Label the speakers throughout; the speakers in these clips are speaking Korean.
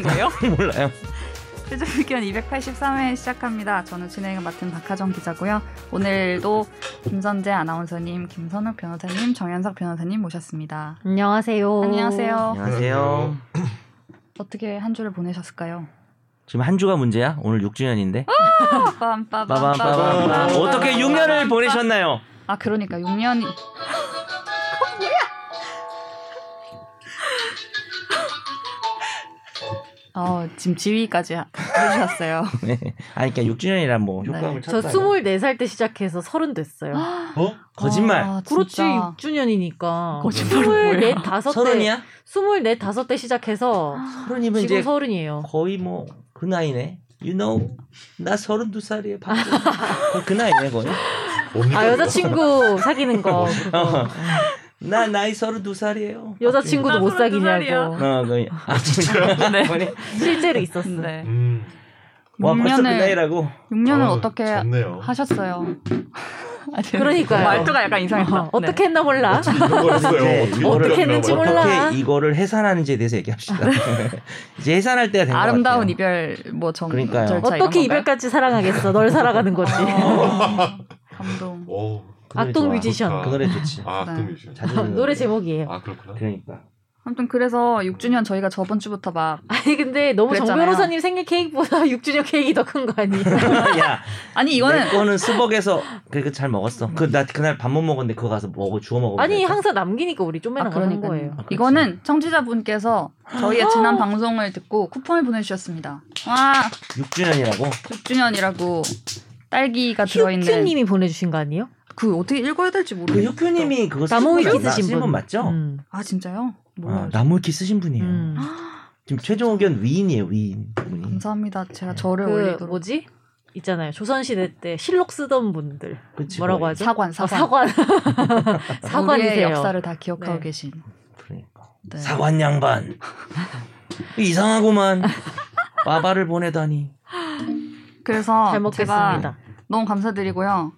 Speaker 1: 몰라요.
Speaker 2: 최종 의견 283회 시작합니다. 저는 진행을 맡은 박하정 기자고요. 오늘도 김선재 아나운서님, 김선욱 변호사님, 정현석 변호사님 모셨습니다.
Speaker 3: 안녕하세요.
Speaker 2: 안녕하세요.
Speaker 1: 안녕하세요.
Speaker 2: 어떻게 한 주를 보내셨을까요?
Speaker 1: 지금 한 주가 문제야? 오늘 6주년인데? 빠밤빠밤
Speaker 2: 빠밤빠밤
Speaker 1: 어떻게 6년을 보내셨나요?
Speaker 2: 아 그러니까 6년이 어, 지금 지휘까지 하- 해주셨어요.
Speaker 1: 네. 아니 그러니까 6주년이라 뭐
Speaker 2: 네.
Speaker 1: 효과음을
Speaker 3: 저
Speaker 1: 찾아요.
Speaker 3: 24살 때 시작해서 30 됐어요.
Speaker 1: 거짓말.
Speaker 2: 아, 진짜.
Speaker 3: 그렇지 6주년이니까.
Speaker 2: 거짓말을 뭐야.
Speaker 3: 24, 5대
Speaker 1: 서른이야?
Speaker 3: 24, 5대 시작해서
Speaker 1: 서른이면
Speaker 3: 지금
Speaker 1: 이제
Speaker 3: 서른이에요.
Speaker 1: 거의 뭐 그 나이네. You know, 나 서른두 살이에요. 박수. 그 나이네 거의.
Speaker 3: 아 여자친구 사귀는 거. 그거.
Speaker 1: 어. 나 나이 서른두 살이에요.
Speaker 3: 여자친구도
Speaker 2: 나
Speaker 3: 못
Speaker 2: 32 살이야.
Speaker 3: 사귀냐고.
Speaker 1: 어, 거의. 아 진짜.
Speaker 2: 네.
Speaker 1: 거의.
Speaker 3: 실제로 있었어.
Speaker 2: 네.
Speaker 4: 음,
Speaker 1: 와 벌써
Speaker 2: 6년을
Speaker 1: 그 나이라고.
Speaker 2: 6년을
Speaker 4: 아,
Speaker 2: 어떻게
Speaker 4: 좋네요.
Speaker 2: 하셨어요? 아, 네.
Speaker 3: 그러니까요.
Speaker 2: 말투가 약간 이상했다.
Speaker 3: 어, 떻게 했나 몰라.
Speaker 1: 네,
Speaker 4: 이거였어요.
Speaker 1: 어떻게
Speaker 3: 했는지 몰라.
Speaker 1: 어떻게 이거를 해산하는지에 대해서 얘기합시다. 이제 해산할 때가 된 것 같아요.
Speaker 2: 아름다운 이별 뭐정
Speaker 1: 그러니까요.
Speaker 2: 절차 이런
Speaker 3: 어떻게
Speaker 2: 건가요?
Speaker 3: 이별까지 사랑하겠어. 널 사랑하는 거지.
Speaker 2: 아, 감동.
Speaker 4: 오,
Speaker 1: 그 노래
Speaker 3: 악동
Speaker 1: 좋아.
Speaker 3: 뮤지션.
Speaker 4: 좋다.
Speaker 1: 그 노래 좋지.
Speaker 4: 아,
Speaker 2: 네.
Speaker 4: 악동 뮤지션.
Speaker 1: 자주 듣는
Speaker 3: 노래
Speaker 1: 노래.
Speaker 3: 제목이에요.
Speaker 4: 아, 그렇구나.
Speaker 1: 그러니까.
Speaker 2: 아무튼 그래서 6주년 저희가 저번 주부터 막
Speaker 3: 아니 근데 너무 정
Speaker 2: 그랬잖아요.
Speaker 3: 변호사님 생일 케이크보다 6주년 케이크 더큰 거 아니에요?
Speaker 1: 야,
Speaker 2: 아니
Speaker 1: 이거는
Speaker 2: 이거는
Speaker 1: 거는 수벅에서 그러니까 잘 먹었어. 그 나 그날 밥 못 먹었는데 그거 가서 먹어 주워 먹어.
Speaker 3: 아니 항상 남기니까 우리 좀매랑 아, 는
Speaker 2: 그러니까요.
Speaker 3: 거예요.
Speaker 1: 그렇지.
Speaker 2: 이거는 청취자분께서
Speaker 3: 아.
Speaker 2: 저희의 지난 방송을 듣고 쿠폰을 보내주셨습니다. 와
Speaker 1: 6주년이라고.
Speaker 2: 6주년이라고 딸기가 들어있는
Speaker 3: 휴큐님이 보내주신 거 아니에요?
Speaker 2: 그 어떻게 읽어야 될지
Speaker 1: 그
Speaker 2: 모르겠어요.
Speaker 1: 효규님이 그거
Speaker 3: 나무 위키
Speaker 1: 쓰신 분-
Speaker 3: 쓰신
Speaker 1: 쓰신
Speaker 3: 분
Speaker 1: 분 맞죠?
Speaker 3: 음.
Speaker 2: 아 진짜요?
Speaker 1: 아,
Speaker 2: 몰라요.
Speaker 1: 나무 위키 쓰신 분이에요.
Speaker 3: 음.
Speaker 2: 아,
Speaker 1: 지금 최종 의견 위인이에요 위인 분이.
Speaker 2: 감사합니다. 제가 저를
Speaker 3: 그
Speaker 2: 올리도록
Speaker 3: 뭐지? 있잖아요. 조선시대 때 실록 쓰던 분들
Speaker 1: 그치,
Speaker 3: 뭐라고
Speaker 1: 거의.
Speaker 3: 하죠?
Speaker 2: 사관
Speaker 3: 아,
Speaker 2: 사관
Speaker 3: 사관.
Speaker 2: 우리의
Speaker 3: 사관이세요.
Speaker 2: 역사를 다 기억하고
Speaker 3: 네.
Speaker 2: 계신.
Speaker 1: 그러니까.
Speaker 2: 네.
Speaker 1: 사관 양반. 이상하구만. 빠바를 보내다니.
Speaker 2: 그래서
Speaker 3: 잘
Speaker 2: 제가
Speaker 3: 먹겠습니다.
Speaker 2: 너무 감사드리고요.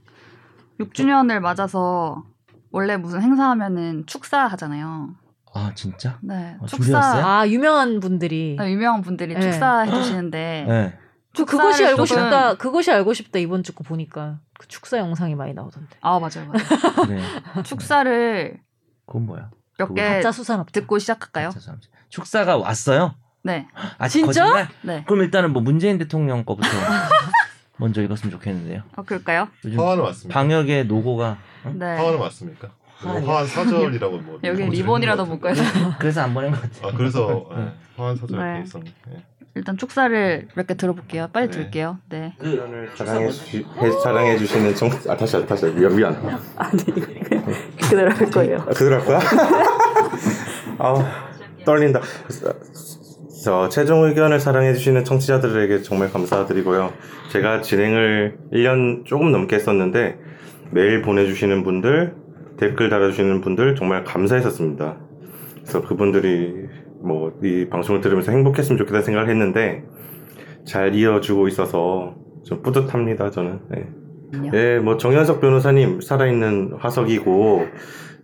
Speaker 2: 6주년을 맞아서 원래 무슨 행사하면은 축사 하잖아요.
Speaker 1: 아 진짜?
Speaker 2: 네,
Speaker 1: 아,
Speaker 2: 축사
Speaker 1: 준비했어요?
Speaker 3: 아 유명한 분들이.
Speaker 2: 네, 유명한 분들이
Speaker 3: 네.
Speaker 2: 축사 해주시는데
Speaker 1: 네.
Speaker 3: 저 그것이
Speaker 2: 축사를
Speaker 3: 알고
Speaker 2: 조금-
Speaker 3: 싶다. 그것이 알고 싶다 이번 주 거 보니까 그 축사 영상이 많이 나오던데.
Speaker 2: 아 맞아요, 맞아요.
Speaker 1: 네.
Speaker 2: 축사를
Speaker 1: 그건 뭐야?
Speaker 2: 몇
Speaker 1: 그거
Speaker 2: 개
Speaker 3: 가짜 수산업.
Speaker 2: 듣고 시작할까요?
Speaker 1: 자, 잠시. 아, 축사가 왔어요?
Speaker 2: 네,
Speaker 1: 아
Speaker 3: 진짜?
Speaker 1: 거짓말?
Speaker 2: 네.
Speaker 1: 그럼 일단은 뭐 문재인 대통령 거부터 먼저 읽었으면 좋겠는데요.
Speaker 2: 어, 그럴까요?
Speaker 1: 요즘
Speaker 4: 화환은 왔습니까?
Speaker 1: 방역의 노고가
Speaker 4: 화환은
Speaker 1: 아,
Speaker 2: 네.
Speaker 4: 왔습니까?
Speaker 1: 화환이요?
Speaker 4: 화환 사절이라고 뭐
Speaker 2: 여기
Speaker 4: 뭐지?
Speaker 2: 리본이라도 묶어야 돼.
Speaker 1: 그래서 안 보낸 것 같아요.
Speaker 4: 아, 그래서 예, 화환 사절
Speaker 2: 네.
Speaker 4: 네. 있었네. 예.
Speaker 2: 일단 축사를 몇 개 들어볼게요. 빨리
Speaker 4: 네.
Speaker 2: 들게요. 네.
Speaker 1: 그
Speaker 5: 사랑해, 음. 주, 사랑해 주시는 정... 아 다시 다시, 다시 미안 미안
Speaker 3: 그대로 할 거예요.
Speaker 5: 아, 그대로 할 거야? 아우 떨린다 저, 저 최종 의견을 사랑해 주시는 청취자들에게 정말 감사드리고요 제가 진행을 1년 조금 넘게 했었는데 매일 보내주시는 분들 댓글 달아주시는 분들 정말 감사했었습니다 그래서 그분들이 뭐 이 방송을 들으면서 행복했으면 좋겠다는 생각을 했는데 잘 이어주고 있어서 좀 뿌듯합니다 저는 네. 예, 뭐 정현석 변호사님 살아있는 화석이고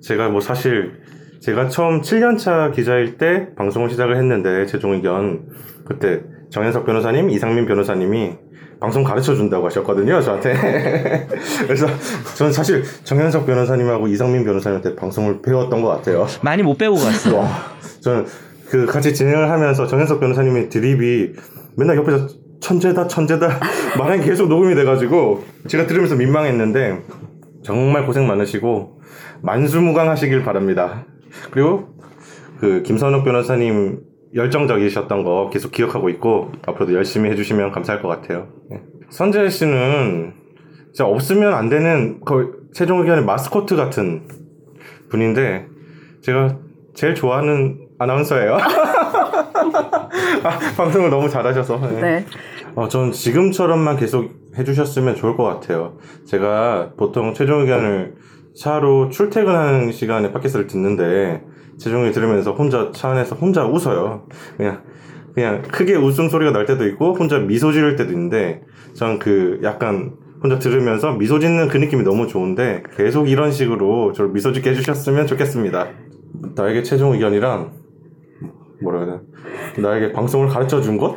Speaker 5: 제가 뭐 사실 제가 처음 7년차 기자일 때 방송을 시작을 했는데 최종 의견 그때 정현석 변호사님, 이상민 변호사님이 방송 가르쳐 준다고 하셨거든요 저한테 그래서 저는 사실 정현석 변호사님하고 이상민 변호사님한테 방송을 배웠던 것 같아요.
Speaker 1: 많이 못 배우고 갔어요.
Speaker 5: 와, 저는 그 같이 진행을 하면서 정현석 변호사님의 드립이 맨날 옆에서 천재다 천재다 말은 계속 녹음이 돼가지고 제가 들으면서 민망했는데 정말 고생 많으시고 만수무강하시길 바랍니다. 그리고 그 김선욱 변호사님 열정적이셨던 거 계속 기억하고 있고 앞으로도 열심히 해주시면 감사할 것 같아요. 네. 선재 씨는 진짜 없으면 안 되는 거의 최종 의견의 마스코트 같은 분인데 제가 제일 좋아하는 아나운서예요. 아, 방송을 너무 잘하셔서. 네.
Speaker 2: 네.
Speaker 5: 어, 전 지금처럼만 계속 해주셨으면 좋을 것 같아요. 제가 보통 최종 의견을 차로 출퇴근하는 시간에 팟캐스트를 듣는데 최종 의견 들으면서 혼자 차 안에서 혼자 웃어요. 그냥 그냥 크게 웃음 소리가 날 때도 있고 혼자 미소 지을 때도 있는데 전 그 약간 혼자 들으면서 미소 짓는 그 느낌이 너무 좋은데 계속 이런 식으로 저를 미소 짓게 해주셨으면 좋겠습니다. 나에게 최종 의견이란 뭐라 해야 되나 나에게 방송을 가르쳐 준 것?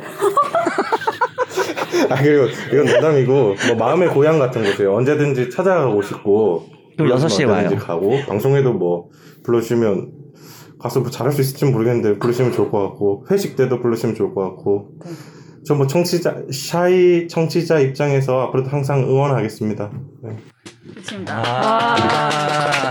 Speaker 5: 아 그리고 이건 농담이고 뭐 마음의 고향 같은 곳이에요 언제든지 찾아가고 싶고
Speaker 1: 그럼 6시에 와요.
Speaker 5: 언제든지 가고 방송에도 뭐 불러주시면 가서 뭐 잘할 수 있을지 모르겠는데 부르시면 좋을 것 같고 회식 때도 부르시면 좋을 것 같고 전 뭐 청취자 샤이 청취자 입장에서 앞으로도 항상 응원하겠습니다 네.
Speaker 3: 아.
Speaker 2: 좋습니다.
Speaker 1: 아. 아,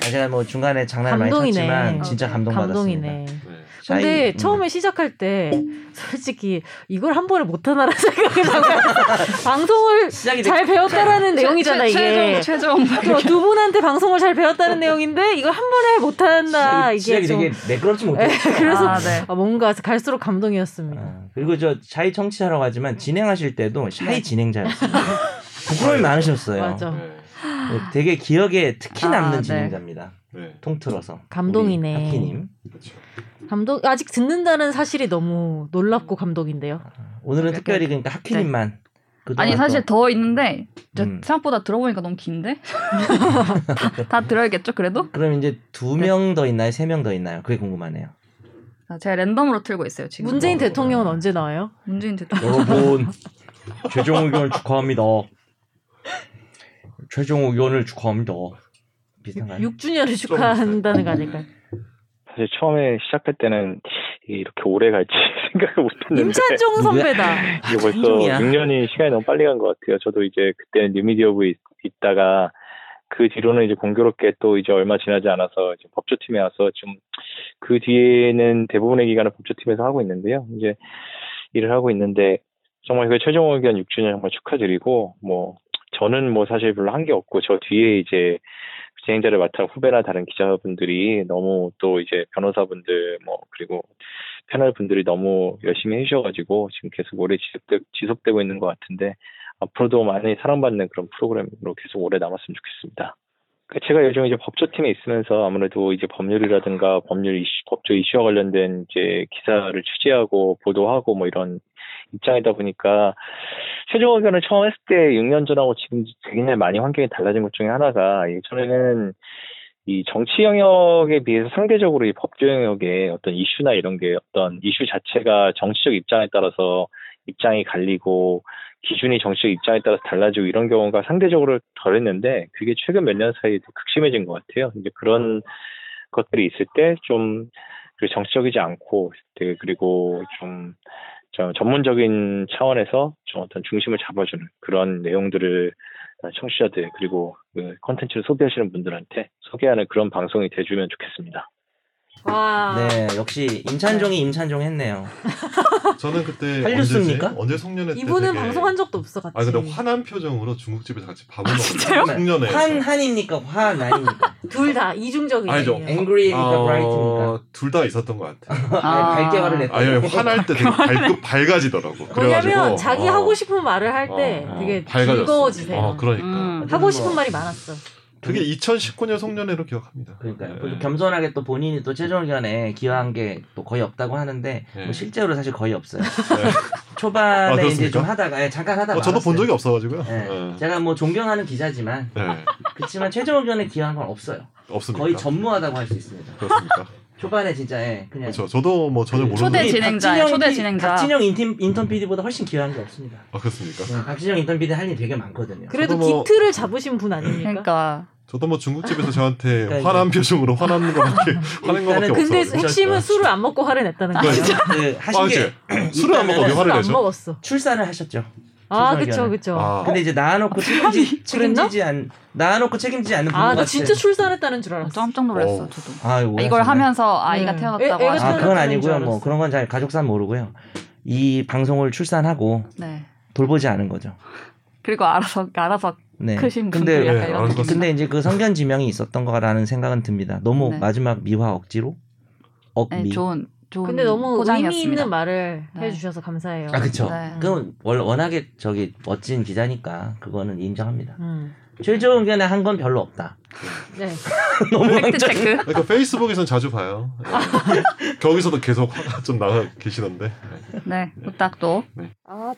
Speaker 1: 제가 뭐 중간에 장난을
Speaker 3: 감동이네.
Speaker 1: 많이 쳤지만 진짜
Speaker 2: 어,
Speaker 1: 감동받았습니다.
Speaker 3: 감동이네.
Speaker 4: 네.
Speaker 1: 샤이,
Speaker 3: 근데
Speaker 1: 음.
Speaker 3: 처음에 시작할 때 솔직히 이걸 한 번에 못하나라는 생각을 하고 방송을
Speaker 1: 시작이
Speaker 3: 잘 배웠다라는 내용이잖아
Speaker 2: 최-
Speaker 3: 이게.
Speaker 2: 최종 최종
Speaker 3: 어, 두 분한테 방송을 잘 배웠다는 내용인데 이걸 한 번에 못한다
Speaker 1: 시작이,
Speaker 3: 이게
Speaker 1: 시작이
Speaker 3: 좀
Speaker 1: 되게 매끄럽지 못해.
Speaker 3: 그래서-
Speaker 2: 아, 네.
Speaker 3: 아, 뭔가 갈수록 감동이었습니다.
Speaker 1: 아, 그리고 저 샤이 청취자라고 하지만 진행하실 때도 샤이
Speaker 3: 네.
Speaker 1: 진행자였어요. 부끄러움이 많으셨어요.
Speaker 3: 맞아.
Speaker 4: 네.
Speaker 1: 네, 되게 기억에 특히
Speaker 2: 아,
Speaker 1: 남는
Speaker 2: 네.
Speaker 1: 진행자입니다.
Speaker 4: 네.
Speaker 1: 통틀어서.
Speaker 3: 감동이네.
Speaker 1: 우리 하키님.
Speaker 4: 그렇죠.
Speaker 3: 감동 아직 듣는다는 사실이 너무 놀랍고 감동인데요.
Speaker 1: 오늘은
Speaker 3: 네.
Speaker 1: 특별히 그러니까 하키님만. 그동안
Speaker 2: 네. 아니 사실
Speaker 1: 또-
Speaker 2: 더 있는데 저
Speaker 1: 음.
Speaker 2: 생각보다 들어보니까 너무 긴데 다, 다 들어야겠죠 그래도
Speaker 1: 그럼 이제 두
Speaker 2: 네.
Speaker 1: 명 더 있나요? 세 명 더 있나요? 그게 궁금하네요.
Speaker 2: 자, 제가 랜덤으로 틀고 있어요 지금
Speaker 3: 문재인
Speaker 1: 뭐,
Speaker 3: 대통령은
Speaker 1: 뭐.
Speaker 3: 언제 나와요?
Speaker 2: 문재인 대통령
Speaker 1: 여러분 최종 의견 축하합니다. 최종 의견을 축하합니다. 비슷한가요?
Speaker 3: 6주년을
Speaker 4: 좀
Speaker 3: 축하한다는 거
Speaker 4: 있어요.
Speaker 3: 아닐까요?
Speaker 6: 사실 처음에 시작할 때는 이게 이렇게 오래 갈지 생각을 못했는데
Speaker 3: 임찬종
Speaker 1: 누구야?
Speaker 3: 선배다.
Speaker 6: 이게 벌써
Speaker 1: 한종이야.
Speaker 6: 6년이 시간이 너무 빨리 간 것 같아요. 저도 이제 그때 뉴미디어부에 있- 있다가 그 뒤로는 이제 공교롭게 또 이제 얼마 지나지 않아서 이제 법조팀에 와서 좀 그 뒤에는 대부분의 기간을 법조팀에서 하고 있는데요. 이제 일을 하고 있는데 정말 그 최종 의견 6주년 정말 축하드리고 뭐 저는 뭐 사실 별로 한 게 없고 저 뒤에 이제 진행자를 맡은 후배나 다른 기자분들이 너무 또 이제 변호사분들 뭐 그리고 패널 분들이 너무 열심히 해주셔가지고 지금 계속 오래 지속되, 고 있는 것 같은데 앞으로도 많이 사랑받는 그런 프로그램으로 계속 오래 남았으면 좋겠습니다. 그 제가 요즘 이제 법조팀에 있으면서 아무래도 이제 법률이라든가 법률 이슈, 법조 이슈와 관련된 이제 기사를 취재하고 보도하고 뭐 이런 입장이다 보니까 최종 의견을 처음 했을 때 6년 전하고 지금 굉장히 많이 환경이 달라진 것 중에 하나가 예전에는 이 정치 영역에 비해서 상대적으로 이 법조 영역의 어떤 이슈나 이런 게 어떤 이슈 자체가 정치적 입장에 따라서 입장이 갈리고 기준이 정치적 입장에 따라서 달라지고 이런 경우가 상대적으로 덜했는데 그게 최근 몇 년 사이에 더 극심해진 것 같아요. 이제 그런 것들이 있을 때 좀그 정치적이지 않고 되게 그리고 좀, 좀 전문적인 차원에서 좀 어떤 중심을 잡아주는 그런 내용들을 어, 청취자들 그리고 그 컨텐츠를 소비하시는 분들한테 소개하는 그런 방송이 돼주면 좋겠습니다.
Speaker 3: 와.
Speaker 2: 아.
Speaker 1: 네, 역시 임찬종이 임찬종 했네요.
Speaker 4: 저는 그때
Speaker 1: 살렸습니까?
Speaker 4: 언제지? 언제 송년회 때
Speaker 3: 이분은
Speaker 4: 되게-
Speaker 3: 방송한 적도 없어 같이.
Speaker 4: 아 근데 화난 표정으로 중국집에서 같이 밥을
Speaker 2: 아, 진짜요?
Speaker 4: 먹었어요. 송년회.
Speaker 1: 환 환입니까? 환 아닙니까?
Speaker 3: 둘다 이중적인.
Speaker 4: 아니죠. 어,
Speaker 3: 얘기예요.
Speaker 1: 앵그리입니까? 브라이트입니까?
Speaker 4: 둘다 있었던 것 같아. 요
Speaker 2: 아.
Speaker 1: 네, 밝게 화를 냈다.
Speaker 4: 아니 화날 때 되게 밝, 밝아지더라고.
Speaker 3: 왜냐면
Speaker 4: 그래가지고
Speaker 3: 자기
Speaker 4: 어,
Speaker 3: 하고 싶은 말을 할 때
Speaker 4: 어,
Speaker 3: 되게
Speaker 4: 밝아졌어.
Speaker 3: 즐거워지세요.
Speaker 4: 어, 그러니까
Speaker 2: 음.
Speaker 3: 하고 싶은 말이 많았어.
Speaker 4: 그게 2019년 송년회로 기억합니다.
Speaker 1: 그러니까요.
Speaker 4: 네.
Speaker 1: 그리고 겸손하게 또 본인이 또 최종 의견에 기여한 게 또 거의 없다고 하는데
Speaker 4: 네.
Speaker 1: 뭐 실제로 사실 거의 없어요.
Speaker 4: 네.
Speaker 1: 초반에
Speaker 4: 아, 그렇습니까?
Speaker 1: 이제 좀 하다가 예, 잠깐 하다가
Speaker 4: 어, 저도 본 적이
Speaker 1: 말았어요.
Speaker 4: 없어가지고요.
Speaker 1: 예.
Speaker 4: 네.
Speaker 1: 제가 뭐 존경하는 기자지만
Speaker 4: 네.
Speaker 1: 그렇지만 최종 의견에 기여한 건 없어요.
Speaker 4: 없습니까?
Speaker 1: 거의 전무하다고 네. 할 수 있습니다.
Speaker 4: 그렇습니까?
Speaker 1: 초반에 진짜 예, 그냥
Speaker 4: 그렇죠. 저도 뭐
Speaker 3: 네.
Speaker 4: 전혀
Speaker 1: 그
Speaker 4: 모르는
Speaker 2: 초대
Speaker 1: 우리
Speaker 2: 진행자,
Speaker 1: 박진영
Speaker 2: 초대
Speaker 1: 피-
Speaker 2: 진행자.
Speaker 1: 박진영 인팀, 인턴 PD보다 훨씬 기여한 게 없습니다.
Speaker 4: 아 그렇습니까?
Speaker 1: 네, 박진영 인턴 PD 할 일 되게 많거든요.
Speaker 3: 그래도
Speaker 4: 저도 뭐-
Speaker 3: 기틀을 잡으신 분 아닙니까?
Speaker 2: 그러니까
Speaker 4: 저도 뭐 중국집에서 저한테
Speaker 1: 그러니까
Speaker 4: 화난 표정으로 화난 거밖에 화낸 거밖에
Speaker 1: 일단은
Speaker 3: 근데
Speaker 4: 없어요.
Speaker 3: 핵심은 술을 안 먹고 화를 냈다는
Speaker 4: 아,
Speaker 3: 거예요.
Speaker 4: 진짜?
Speaker 1: 그 하신 게
Speaker 4: 술을 안 먹고 왜
Speaker 3: 술을
Speaker 4: 화를
Speaker 3: 안
Speaker 4: 내죠?
Speaker 3: 먹었어.
Speaker 1: 출산을 하셨죠.
Speaker 3: 아,
Speaker 1: 죄송하게
Speaker 3: 그쵸,
Speaker 1: 하네.
Speaker 3: 그쵸.
Speaker 4: 아,
Speaker 1: 근데 이제 낳아놓고 책임지,
Speaker 3: 그랬나?
Speaker 1: 책임지지 않 낳아놓고 책임지지 않는 부분
Speaker 3: 아, 나
Speaker 1: 같은.
Speaker 3: 진짜 출산했다는 줄 알았어.
Speaker 2: 깜짝 놀랐어
Speaker 4: 어우.
Speaker 2: 저도
Speaker 1: 아,
Speaker 2: 아, 이걸 하면서 아이가
Speaker 3: 음.
Speaker 2: 태어났다고
Speaker 3: 애- 애가
Speaker 2: 하죠.
Speaker 1: 아 그건
Speaker 3: 태어났다는 줄
Speaker 1: 아니고요. 뭐
Speaker 3: 알았어.
Speaker 1: 그런 건 잘 가족산 모르고요. 이 방송을 출산하고
Speaker 2: 네
Speaker 1: 돌보지 않은 거죠.
Speaker 2: 그리고 알아서 알아서
Speaker 1: 네.
Speaker 2: 크신 분들
Speaker 1: 근데
Speaker 4: 분들이야.
Speaker 2: 약간
Speaker 4: 네,
Speaker 2: 이런
Speaker 4: 알아서
Speaker 2: 느낌
Speaker 1: 근데 이제 그 성견 지명이 있었던 거라는 생각은 듭니다. 너무
Speaker 2: 네.
Speaker 1: 마지막 미화 억지로 억미.
Speaker 2: 네, 좋은 좋은
Speaker 3: 근데 너무
Speaker 2: 포장이었습니다.
Speaker 3: 의미 있는 말을
Speaker 2: 네.
Speaker 3: 해주셔서 감사해요.
Speaker 1: 아 그쵸.
Speaker 2: 네.
Speaker 1: 그건 월- 워낙에 저기 멋진 기자니까 그거는 인정합니다.
Speaker 3: 음.
Speaker 1: 최종 의견에 한 건 별로 없다.
Speaker 3: 네.
Speaker 1: 너무
Speaker 2: 팩트 체크
Speaker 4: 그러니까 페이스북에선 자주 봐요. 예. 거기서도 계속 화가 좀 나가 계시던데.
Speaker 2: 네 부탁도
Speaker 7: 아,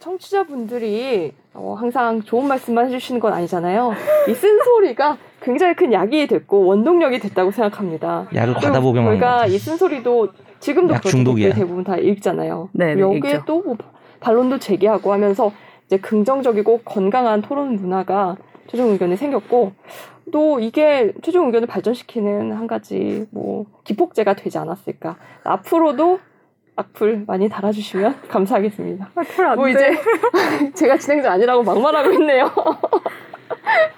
Speaker 7: 청취자분들이 어, 항상 좋은 말씀만 해주시는 건 아니잖아요. 이 쓴소리가 굉장히 큰 약이 됐고 원동력이 됐다고 생각합니다.
Speaker 1: 약을 과다
Speaker 7: 그리고
Speaker 1: 복용한
Speaker 7: 저희가
Speaker 1: 거죠.
Speaker 7: 이 쓴소리도 지금도
Speaker 1: 약
Speaker 7: 그렇죠.
Speaker 1: 중독이야.
Speaker 7: 댓글 대부분 다 읽잖아요.
Speaker 2: 네, 네,
Speaker 7: 여기에
Speaker 2: 읽죠.
Speaker 7: 또뭐 반론도 제기하고 하면서 이제 긍정적이고 건강한 토론 문화가 최종 의견에 생겼고 또 이게 최종 의견을 발전시키는 한 가지 뭐 기폭제가 되지 않았을까. 앞으로도 악플 많이 달아주시면 감사하겠습니다.
Speaker 2: 악플 안
Speaker 7: 뭐 이제 제가 진행자 아니라고 막말하고 있네요.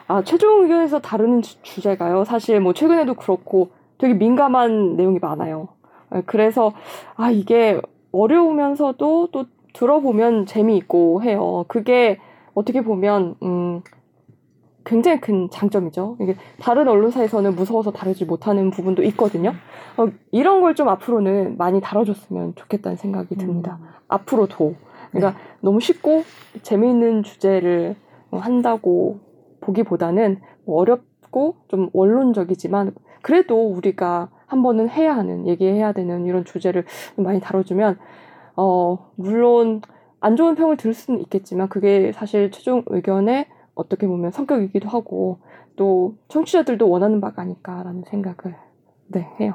Speaker 7: 아 최종 의견에서 다루는 주, 주제가요. 사실 뭐 최근에도 그렇고 되게 민감한 내용이 많아요. 아, 그래서 아 이게 어려우면서도 또 들어보면 재미있고 해요. 그게 어떻게 보면 음, 굉장히 큰 장점이죠. 이게 다른 언론사에서는 무서워서 다루지 못하는 부분도 있거든요. 어, 이런 걸 좀 앞으로는 많이 다뤄줬으면 좋겠다는 생각이 듭니다. 앞으로도. 그러니까 너무 쉽고 재미있는 주제를 어, 한다고 보기보다는 뭐 어렵고 좀 원론적이지만 그래도 우리가 한 번은 해야 하는 얘기해야 되는 이런 주제를 좀 많이 다뤄주면 어 물론 안 좋은 평을 들을 수는 있겠지만 그게 사실 최종 의견의 어떻게 보면 성격이기도 하고 또 청취자들도 원하는 바가 아닐까라는 생각을 네 해요.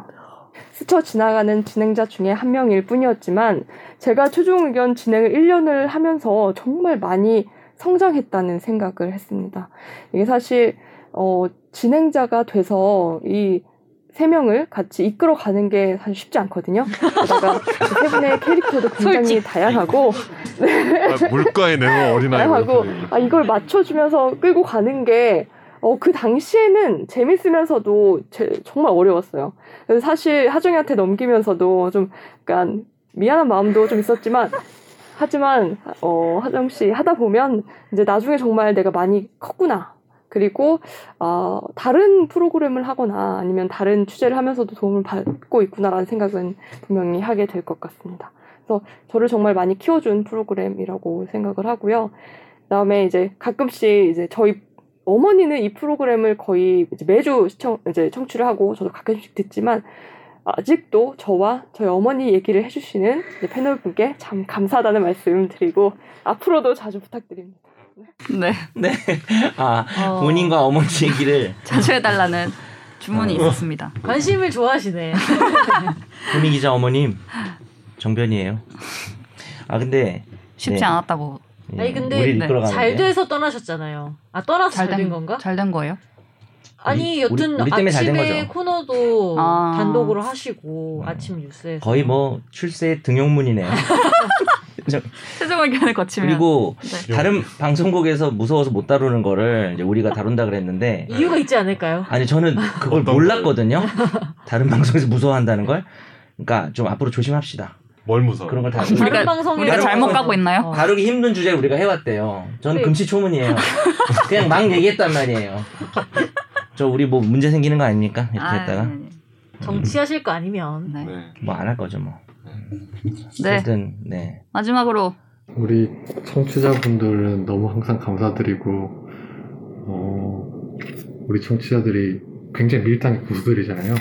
Speaker 7: 스쳐 지나가는 진행자 중에 한 명일 뿐이었지만 제가 최종 의견 진행을 1년을 하면서 정말 많이 성장했다는 생각을 했습니다. 이게 사실 어, 진행자가 돼서 이 세 명을 같이 이끌어 가는 게 사실 쉽지 않거든요. 게다가 세 분의 캐릭터도 굉장히
Speaker 3: 솔직.
Speaker 7: 다양하고
Speaker 4: 아, 물가에 내고 어린아이
Speaker 7: 하고 아 이걸 맞춰주면서 끌고 가는 게 어, 그 당시에는 재밌으면서도 제- 정말 어려웠어요. 그래서 사실 하정이한테 넘기면서도 좀 약간 미안한 마음도 좀 있었지만 하지만 어, 하정 씨 하다 보면 이제 나중에 정말 내가 많이 컸구나. 그리고 어, 다른 프로그램을 하거나 아니면 다른 취재를 하면서도 도움을 받고 있구나라는 생각은 분명히 하게 될 것 같습니다. 그래서 저를 정말 많이 키워준 프로그램이라고 생각을 하고요. 그다음에 이제 가끔씩 이제 저희 어머니는 이 프로그램을 거의 이제 매주 시청 이제 청취를 하고 저도 가끔씩 듣지만 아직도 저와 저희 어머니 얘기를 해주시는 이제 패널분께 참 감사하다는 말씀 드리고 앞으로도 자주 부탁드립니다.
Speaker 2: 네.
Speaker 1: 아
Speaker 3: 어,
Speaker 1: 본인과 어머니 얘기를
Speaker 2: 자주 해달라는 주문이
Speaker 1: 어.
Speaker 2: 있었습니다.
Speaker 3: 관심을 좋아하시네.
Speaker 1: 본인 기자 어머님 정변이에요. 아 근데
Speaker 2: 쉽지
Speaker 1: 네.
Speaker 2: 않았다고.
Speaker 1: 예,
Speaker 3: 아니 근데
Speaker 1: 우리를
Speaker 2: 네,
Speaker 1: 이끌어가는데.
Speaker 3: 잘 돼서 떠나셨잖아요. 아 떠나서 잘 된 건가?
Speaker 2: 잘된 거예요?
Speaker 1: 우리-
Speaker 3: 아니 여튼
Speaker 1: 우리- 우리 때문에 잘된
Speaker 3: 아침에
Speaker 1: 거죠.
Speaker 3: 코너도
Speaker 2: 아.
Speaker 3: 단독으로 하시고
Speaker 1: 음.
Speaker 3: 아침 뉴스에서
Speaker 1: 거의 뭐 출세 등용문이네요. 저-
Speaker 2: 최종 의견을 거치면.
Speaker 1: 그리고
Speaker 2: 네.
Speaker 1: 다른 방송국에서 무서워서 못 다루는 거를 이제 우리가 다룬다 그랬는데
Speaker 3: 네. 이유가 있지 않을까요?
Speaker 1: 아니 저는 그걸
Speaker 4: 어떤 걸?
Speaker 1: 몰랐거든요. 다른 방송에서 무서워한다는 걸. 그러니까 좀 앞으로 조심합시다.
Speaker 4: 뭘 무서워?
Speaker 1: 그런 걸
Speaker 2: 아,
Speaker 1: 다.
Speaker 2: 그러니까
Speaker 3: 다른
Speaker 1: 우리가
Speaker 3: 방송에
Speaker 1: 그러니까 우리가 잘못
Speaker 2: 가고 있나요?
Speaker 3: 어.
Speaker 1: 다루기 힘든 주제 우리가 해왔대요. 저는
Speaker 3: 네.
Speaker 1: 금시초문이에요. 그냥 막 얘기했단 말이에요. 저 우리 뭐 문제 생기는 거 아닙니까? 이렇게
Speaker 2: 아,
Speaker 1: 했다가
Speaker 2: 네,
Speaker 3: 정치하실 거 아니면
Speaker 2: 네.
Speaker 4: 네.
Speaker 1: 뭐 안 할 거죠 뭐.
Speaker 2: 네.
Speaker 1: 어쨌든 네.
Speaker 2: 마지막으로
Speaker 8: 우리 청취자분들은 너무 항상 감사드리고, 어, 우리 청취자들이 굉장히 밀당의 고수들이잖아요.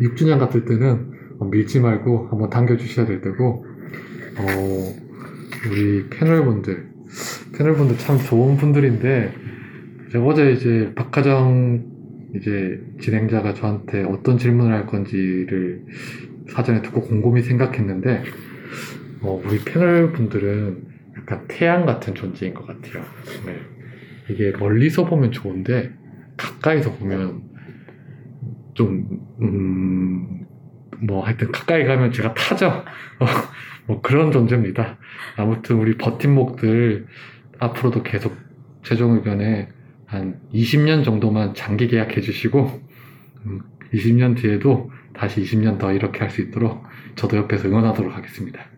Speaker 8: 6주년 같을 때는 어, 밀지 말고 한번 당겨주셔야 될 때고, 어, 우리 패널분들, 패널분들 참 좋은 분들인데, 제가 어제 이제 박하정 이제 진행자가 저한테 어떤 질문을 할 건지를 사전에 듣고 곰곰이 생각했는데, 어, 우리 패널 분들은 약간 태양 같은 존재인 것 같아요. 네. 이게 멀리서 보면 좋은데 가까이서 보면 좀, 음, 뭐 하여튼 가까이 가면 제가 타죠. 어, 뭐 그런 존재입니다. 아무튼 우리 버팀목들 앞으로도 계속 최종 의견에 한 20년 정도만 장기 계약해 주시고, 음, 20년 뒤에도 다시 20년 더 이렇게 할 수 있도록 저도 옆에서 응원하도록 하겠습니다.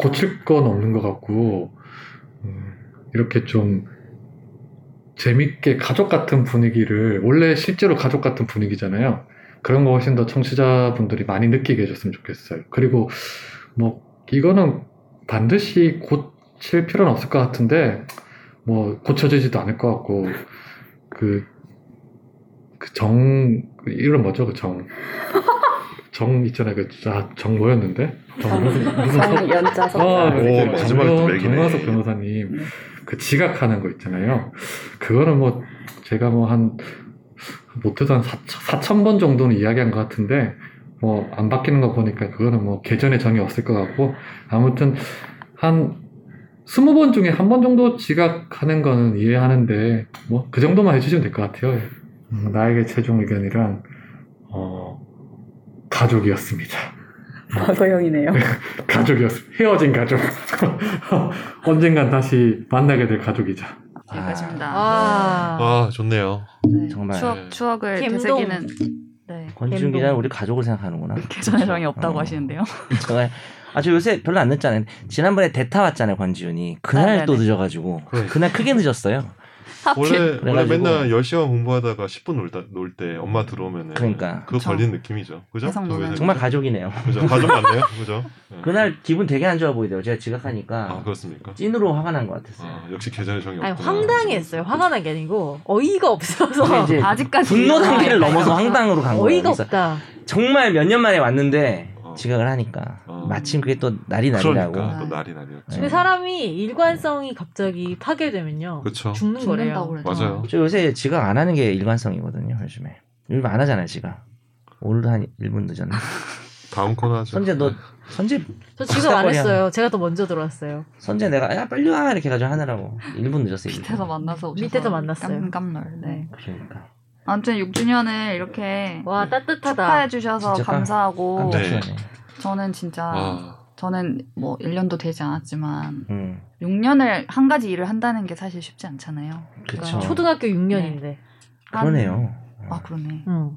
Speaker 8: 고칠 건 없는 것 같고 음, 이렇게 좀 재밌게 가족 같은 분위기를 원래 실제로 가족 같은 분위기잖아요. 그런 거 훨씬 더 청취자분들이 많이 느끼게 해줬으면 좋겠어요. 그리고 뭐 이거는 반드시 고칠 필요는 없을 것 같은데 뭐 고쳐지지도 않을 것 같고 그 그정 이름 뭐죠 그 정 정 있잖아요 그정 뭐였는데 정 무슨 무슨 서-
Speaker 7: 연자
Speaker 8: 아,
Speaker 4: 오,
Speaker 8: 오,
Speaker 4: 마지막에 또
Speaker 8: 정명,
Speaker 4: 맥이네.
Speaker 8: 정명석 변호사님 그 지각하는 거 있잖아요. 그거는 뭐 제가 뭐 한 못해도 한 4천, 4천 번 정도는 이야기한 것 같은데 뭐 안 바뀌는 거 보니까 그거는 뭐 개전의 정이 없을 것 같고 아무튼 한 스무 번 중에 한 번 정도 지각하는 거는 이해하는데 뭐 그 정도만 해주시면 될 것 같아요. 음, 나에게 최종 의견이란 어, 가족이었습니다.
Speaker 2: 과거형이네요.
Speaker 8: 가족이었습니다. 헤어진 가족. 언젠간 다시 만나게 될 가족이자.
Speaker 2: 여기까지입니다.
Speaker 3: 아,
Speaker 4: 아 좋네요.
Speaker 3: 네.
Speaker 1: 정말
Speaker 2: 추억 추억을
Speaker 3: 갬동.
Speaker 2: 되새기는
Speaker 3: 네.
Speaker 1: 권지훈 기자는 우리 가족을 생각하는구나.
Speaker 2: 개선의 정이 없다고
Speaker 1: 어.
Speaker 2: 하시는데요.
Speaker 1: 정말 아주 요새 별로 안 늦잖아요. 지난번에 대타 왔잖아요, 권지훈이.
Speaker 2: 아,
Speaker 1: 그날
Speaker 2: 네네.
Speaker 1: 또 늦어가지고
Speaker 4: 그러니까.
Speaker 1: 그날 크게 늦었어요.
Speaker 4: 원래 원래
Speaker 1: 그래가지고.
Speaker 4: 맨날 10시간 공부하다가 10분 놀다 놀 때 엄마 들어오면은
Speaker 1: 그러니까.
Speaker 4: 그거
Speaker 2: 그쵸.
Speaker 4: 걸리는 느낌이죠. 그죠?
Speaker 2: 개성 논란.
Speaker 1: 정말 가족이네요.
Speaker 4: 그죠? 가족 맞네요. 그죠? 네.
Speaker 1: 그날 네. 기분 되게 안 좋아 보이더라고. 요 제가 지각하니까
Speaker 4: 아 그렇습니까?
Speaker 1: 찐으로 화가 난 것 같았어요.
Speaker 4: 아, 역시 계절의 정이
Speaker 3: 아니
Speaker 4: 없구나.
Speaker 3: 황당했어요. 화가 난 게 아니고 어이가
Speaker 1: 근데
Speaker 3: 없어서
Speaker 1: 이제
Speaker 2: 아직까지
Speaker 1: 분노 단계를
Speaker 2: 아,
Speaker 1: 넘어서 황당으로 간 거예요. 네.
Speaker 3: 어이가
Speaker 1: 그래서
Speaker 3: 없다.
Speaker 1: 정말 몇 년 만에 왔는데
Speaker 4: 어.
Speaker 1: 지각을 하니까
Speaker 4: 어.
Speaker 1: 마침 그게 또 날이 날이라고. 네.
Speaker 4: 그러니까 또 날이 날이었죠.
Speaker 3: 근데 사람이 일관성이 갑자기 파괴되면요
Speaker 4: 그렇죠.
Speaker 3: 죽는
Speaker 2: 죽는다고
Speaker 3: 거래요.
Speaker 2: 그러죠.
Speaker 4: 맞아요.
Speaker 1: 저 요새 지각 안 하는 게 일관성이거든요. 요즘에 요즘 안 하잖아요, 지각. 오늘도 한 1분 늦었네.
Speaker 4: 아, 다음 코너 하죠.
Speaker 1: 선재 너 선재
Speaker 3: 저 지금 안
Speaker 1: 사거리
Speaker 3: 했어요. 제가 더 먼저 들어왔어요.
Speaker 1: 선재 내가 야 빨리 와 이렇게 가지고 하느라고 1분 늦었어. 1분.
Speaker 2: 밑에서 만나서 오셔서
Speaker 3: 밑에서 만났어요.
Speaker 2: 깜깜놀. 네.
Speaker 1: 그러니까
Speaker 2: 아무튼 6주년을 이렇게
Speaker 3: 와 따뜻하다.
Speaker 2: 네. 축하해 주셔서
Speaker 1: 진짜 깜-
Speaker 2: 감사하고
Speaker 1: 깜짝
Speaker 4: 네.
Speaker 1: 시원해.
Speaker 2: 저는 진짜
Speaker 4: 아,
Speaker 2: 저는 뭐 1년도 되지 않았지만
Speaker 1: 음.
Speaker 2: 6년을 한 가지 일을 한다는 게 사실 쉽지 않잖아요. 네.
Speaker 1: 그쵸.
Speaker 3: 초등학교 6년인데.
Speaker 2: 그렇죠. 한-
Speaker 1: 그러네요.
Speaker 2: 아 그러네.
Speaker 3: 응.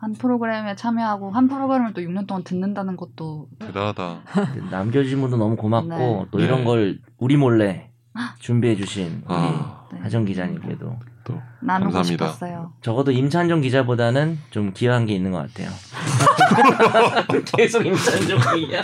Speaker 2: 한 프로그램에 참여하고 한 프로그램을 또 6년 동안 듣는다는 것도
Speaker 4: 대단하다.
Speaker 1: 근데 남겨주신 분도 너무 고맙고
Speaker 2: 네.
Speaker 1: 또 이런
Speaker 4: 네.
Speaker 1: 걸 우리 몰래 준비해주신 우리
Speaker 4: 아,
Speaker 2: 네.
Speaker 1: 하정 기자님께도
Speaker 2: 나누고
Speaker 4: 감사합니다.
Speaker 2: 싶었어요.
Speaker 1: 적어도 임찬정 기자보다는 좀 기여한 게 있는 것 같아요. 계속 임찬정 기자.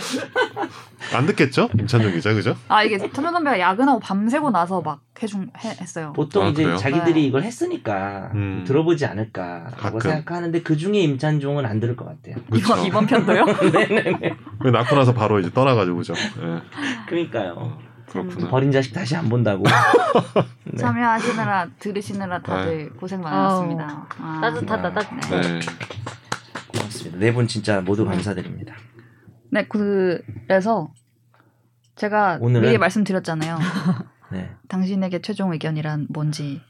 Speaker 4: 안 듣겠죠? 임찬정 기자 그죠?
Speaker 2: 아 이게 토면 선배가 야근하고 밤새고 나서 막 해준 해, 했어요.
Speaker 1: 보통
Speaker 4: 아,
Speaker 1: 이제
Speaker 4: 그래요?
Speaker 1: 자기들이
Speaker 2: 네.
Speaker 1: 이걸 했으니까
Speaker 4: 음.
Speaker 1: 들어보지 않을까라고
Speaker 4: 가끔.
Speaker 1: 생각하는데 그 중에 임찬종은 안 들을 것 같아요.
Speaker 4: 그렇죠.
Speaker 2: 이번 이번 편도요?
Speaker 1: 네네네.
Speaker 4: 낳고 나서 바로 이제 떠나가지고 그죠? 예.
Speaker 2: 아.
Speaker 1: 그러니까요.
Speaker 4: 음. 그렇구나.
Speaker 1: 버린 자식 다시 안 본다고. 네.
Speaker 2: 참여하시느라 들으시느라 다들 고생 많으셨습니다. 아,
Speaker 3: 따뜻하다
Speaker 1: 아,
Speaker 3: 따뜻해.
Speaker 4: 네.
Speaker 1: 고맙습니다. 네 분 진짜 모두 감사드립니다.
Speaker 2: 네 그래서 제가
Speaker 1: 오늘은-
Speaker 2: 미리 말씀드렸잖아요.
Speaker 1: 네.
Speaker 2: 당신에게 최종 의견이란 뭔지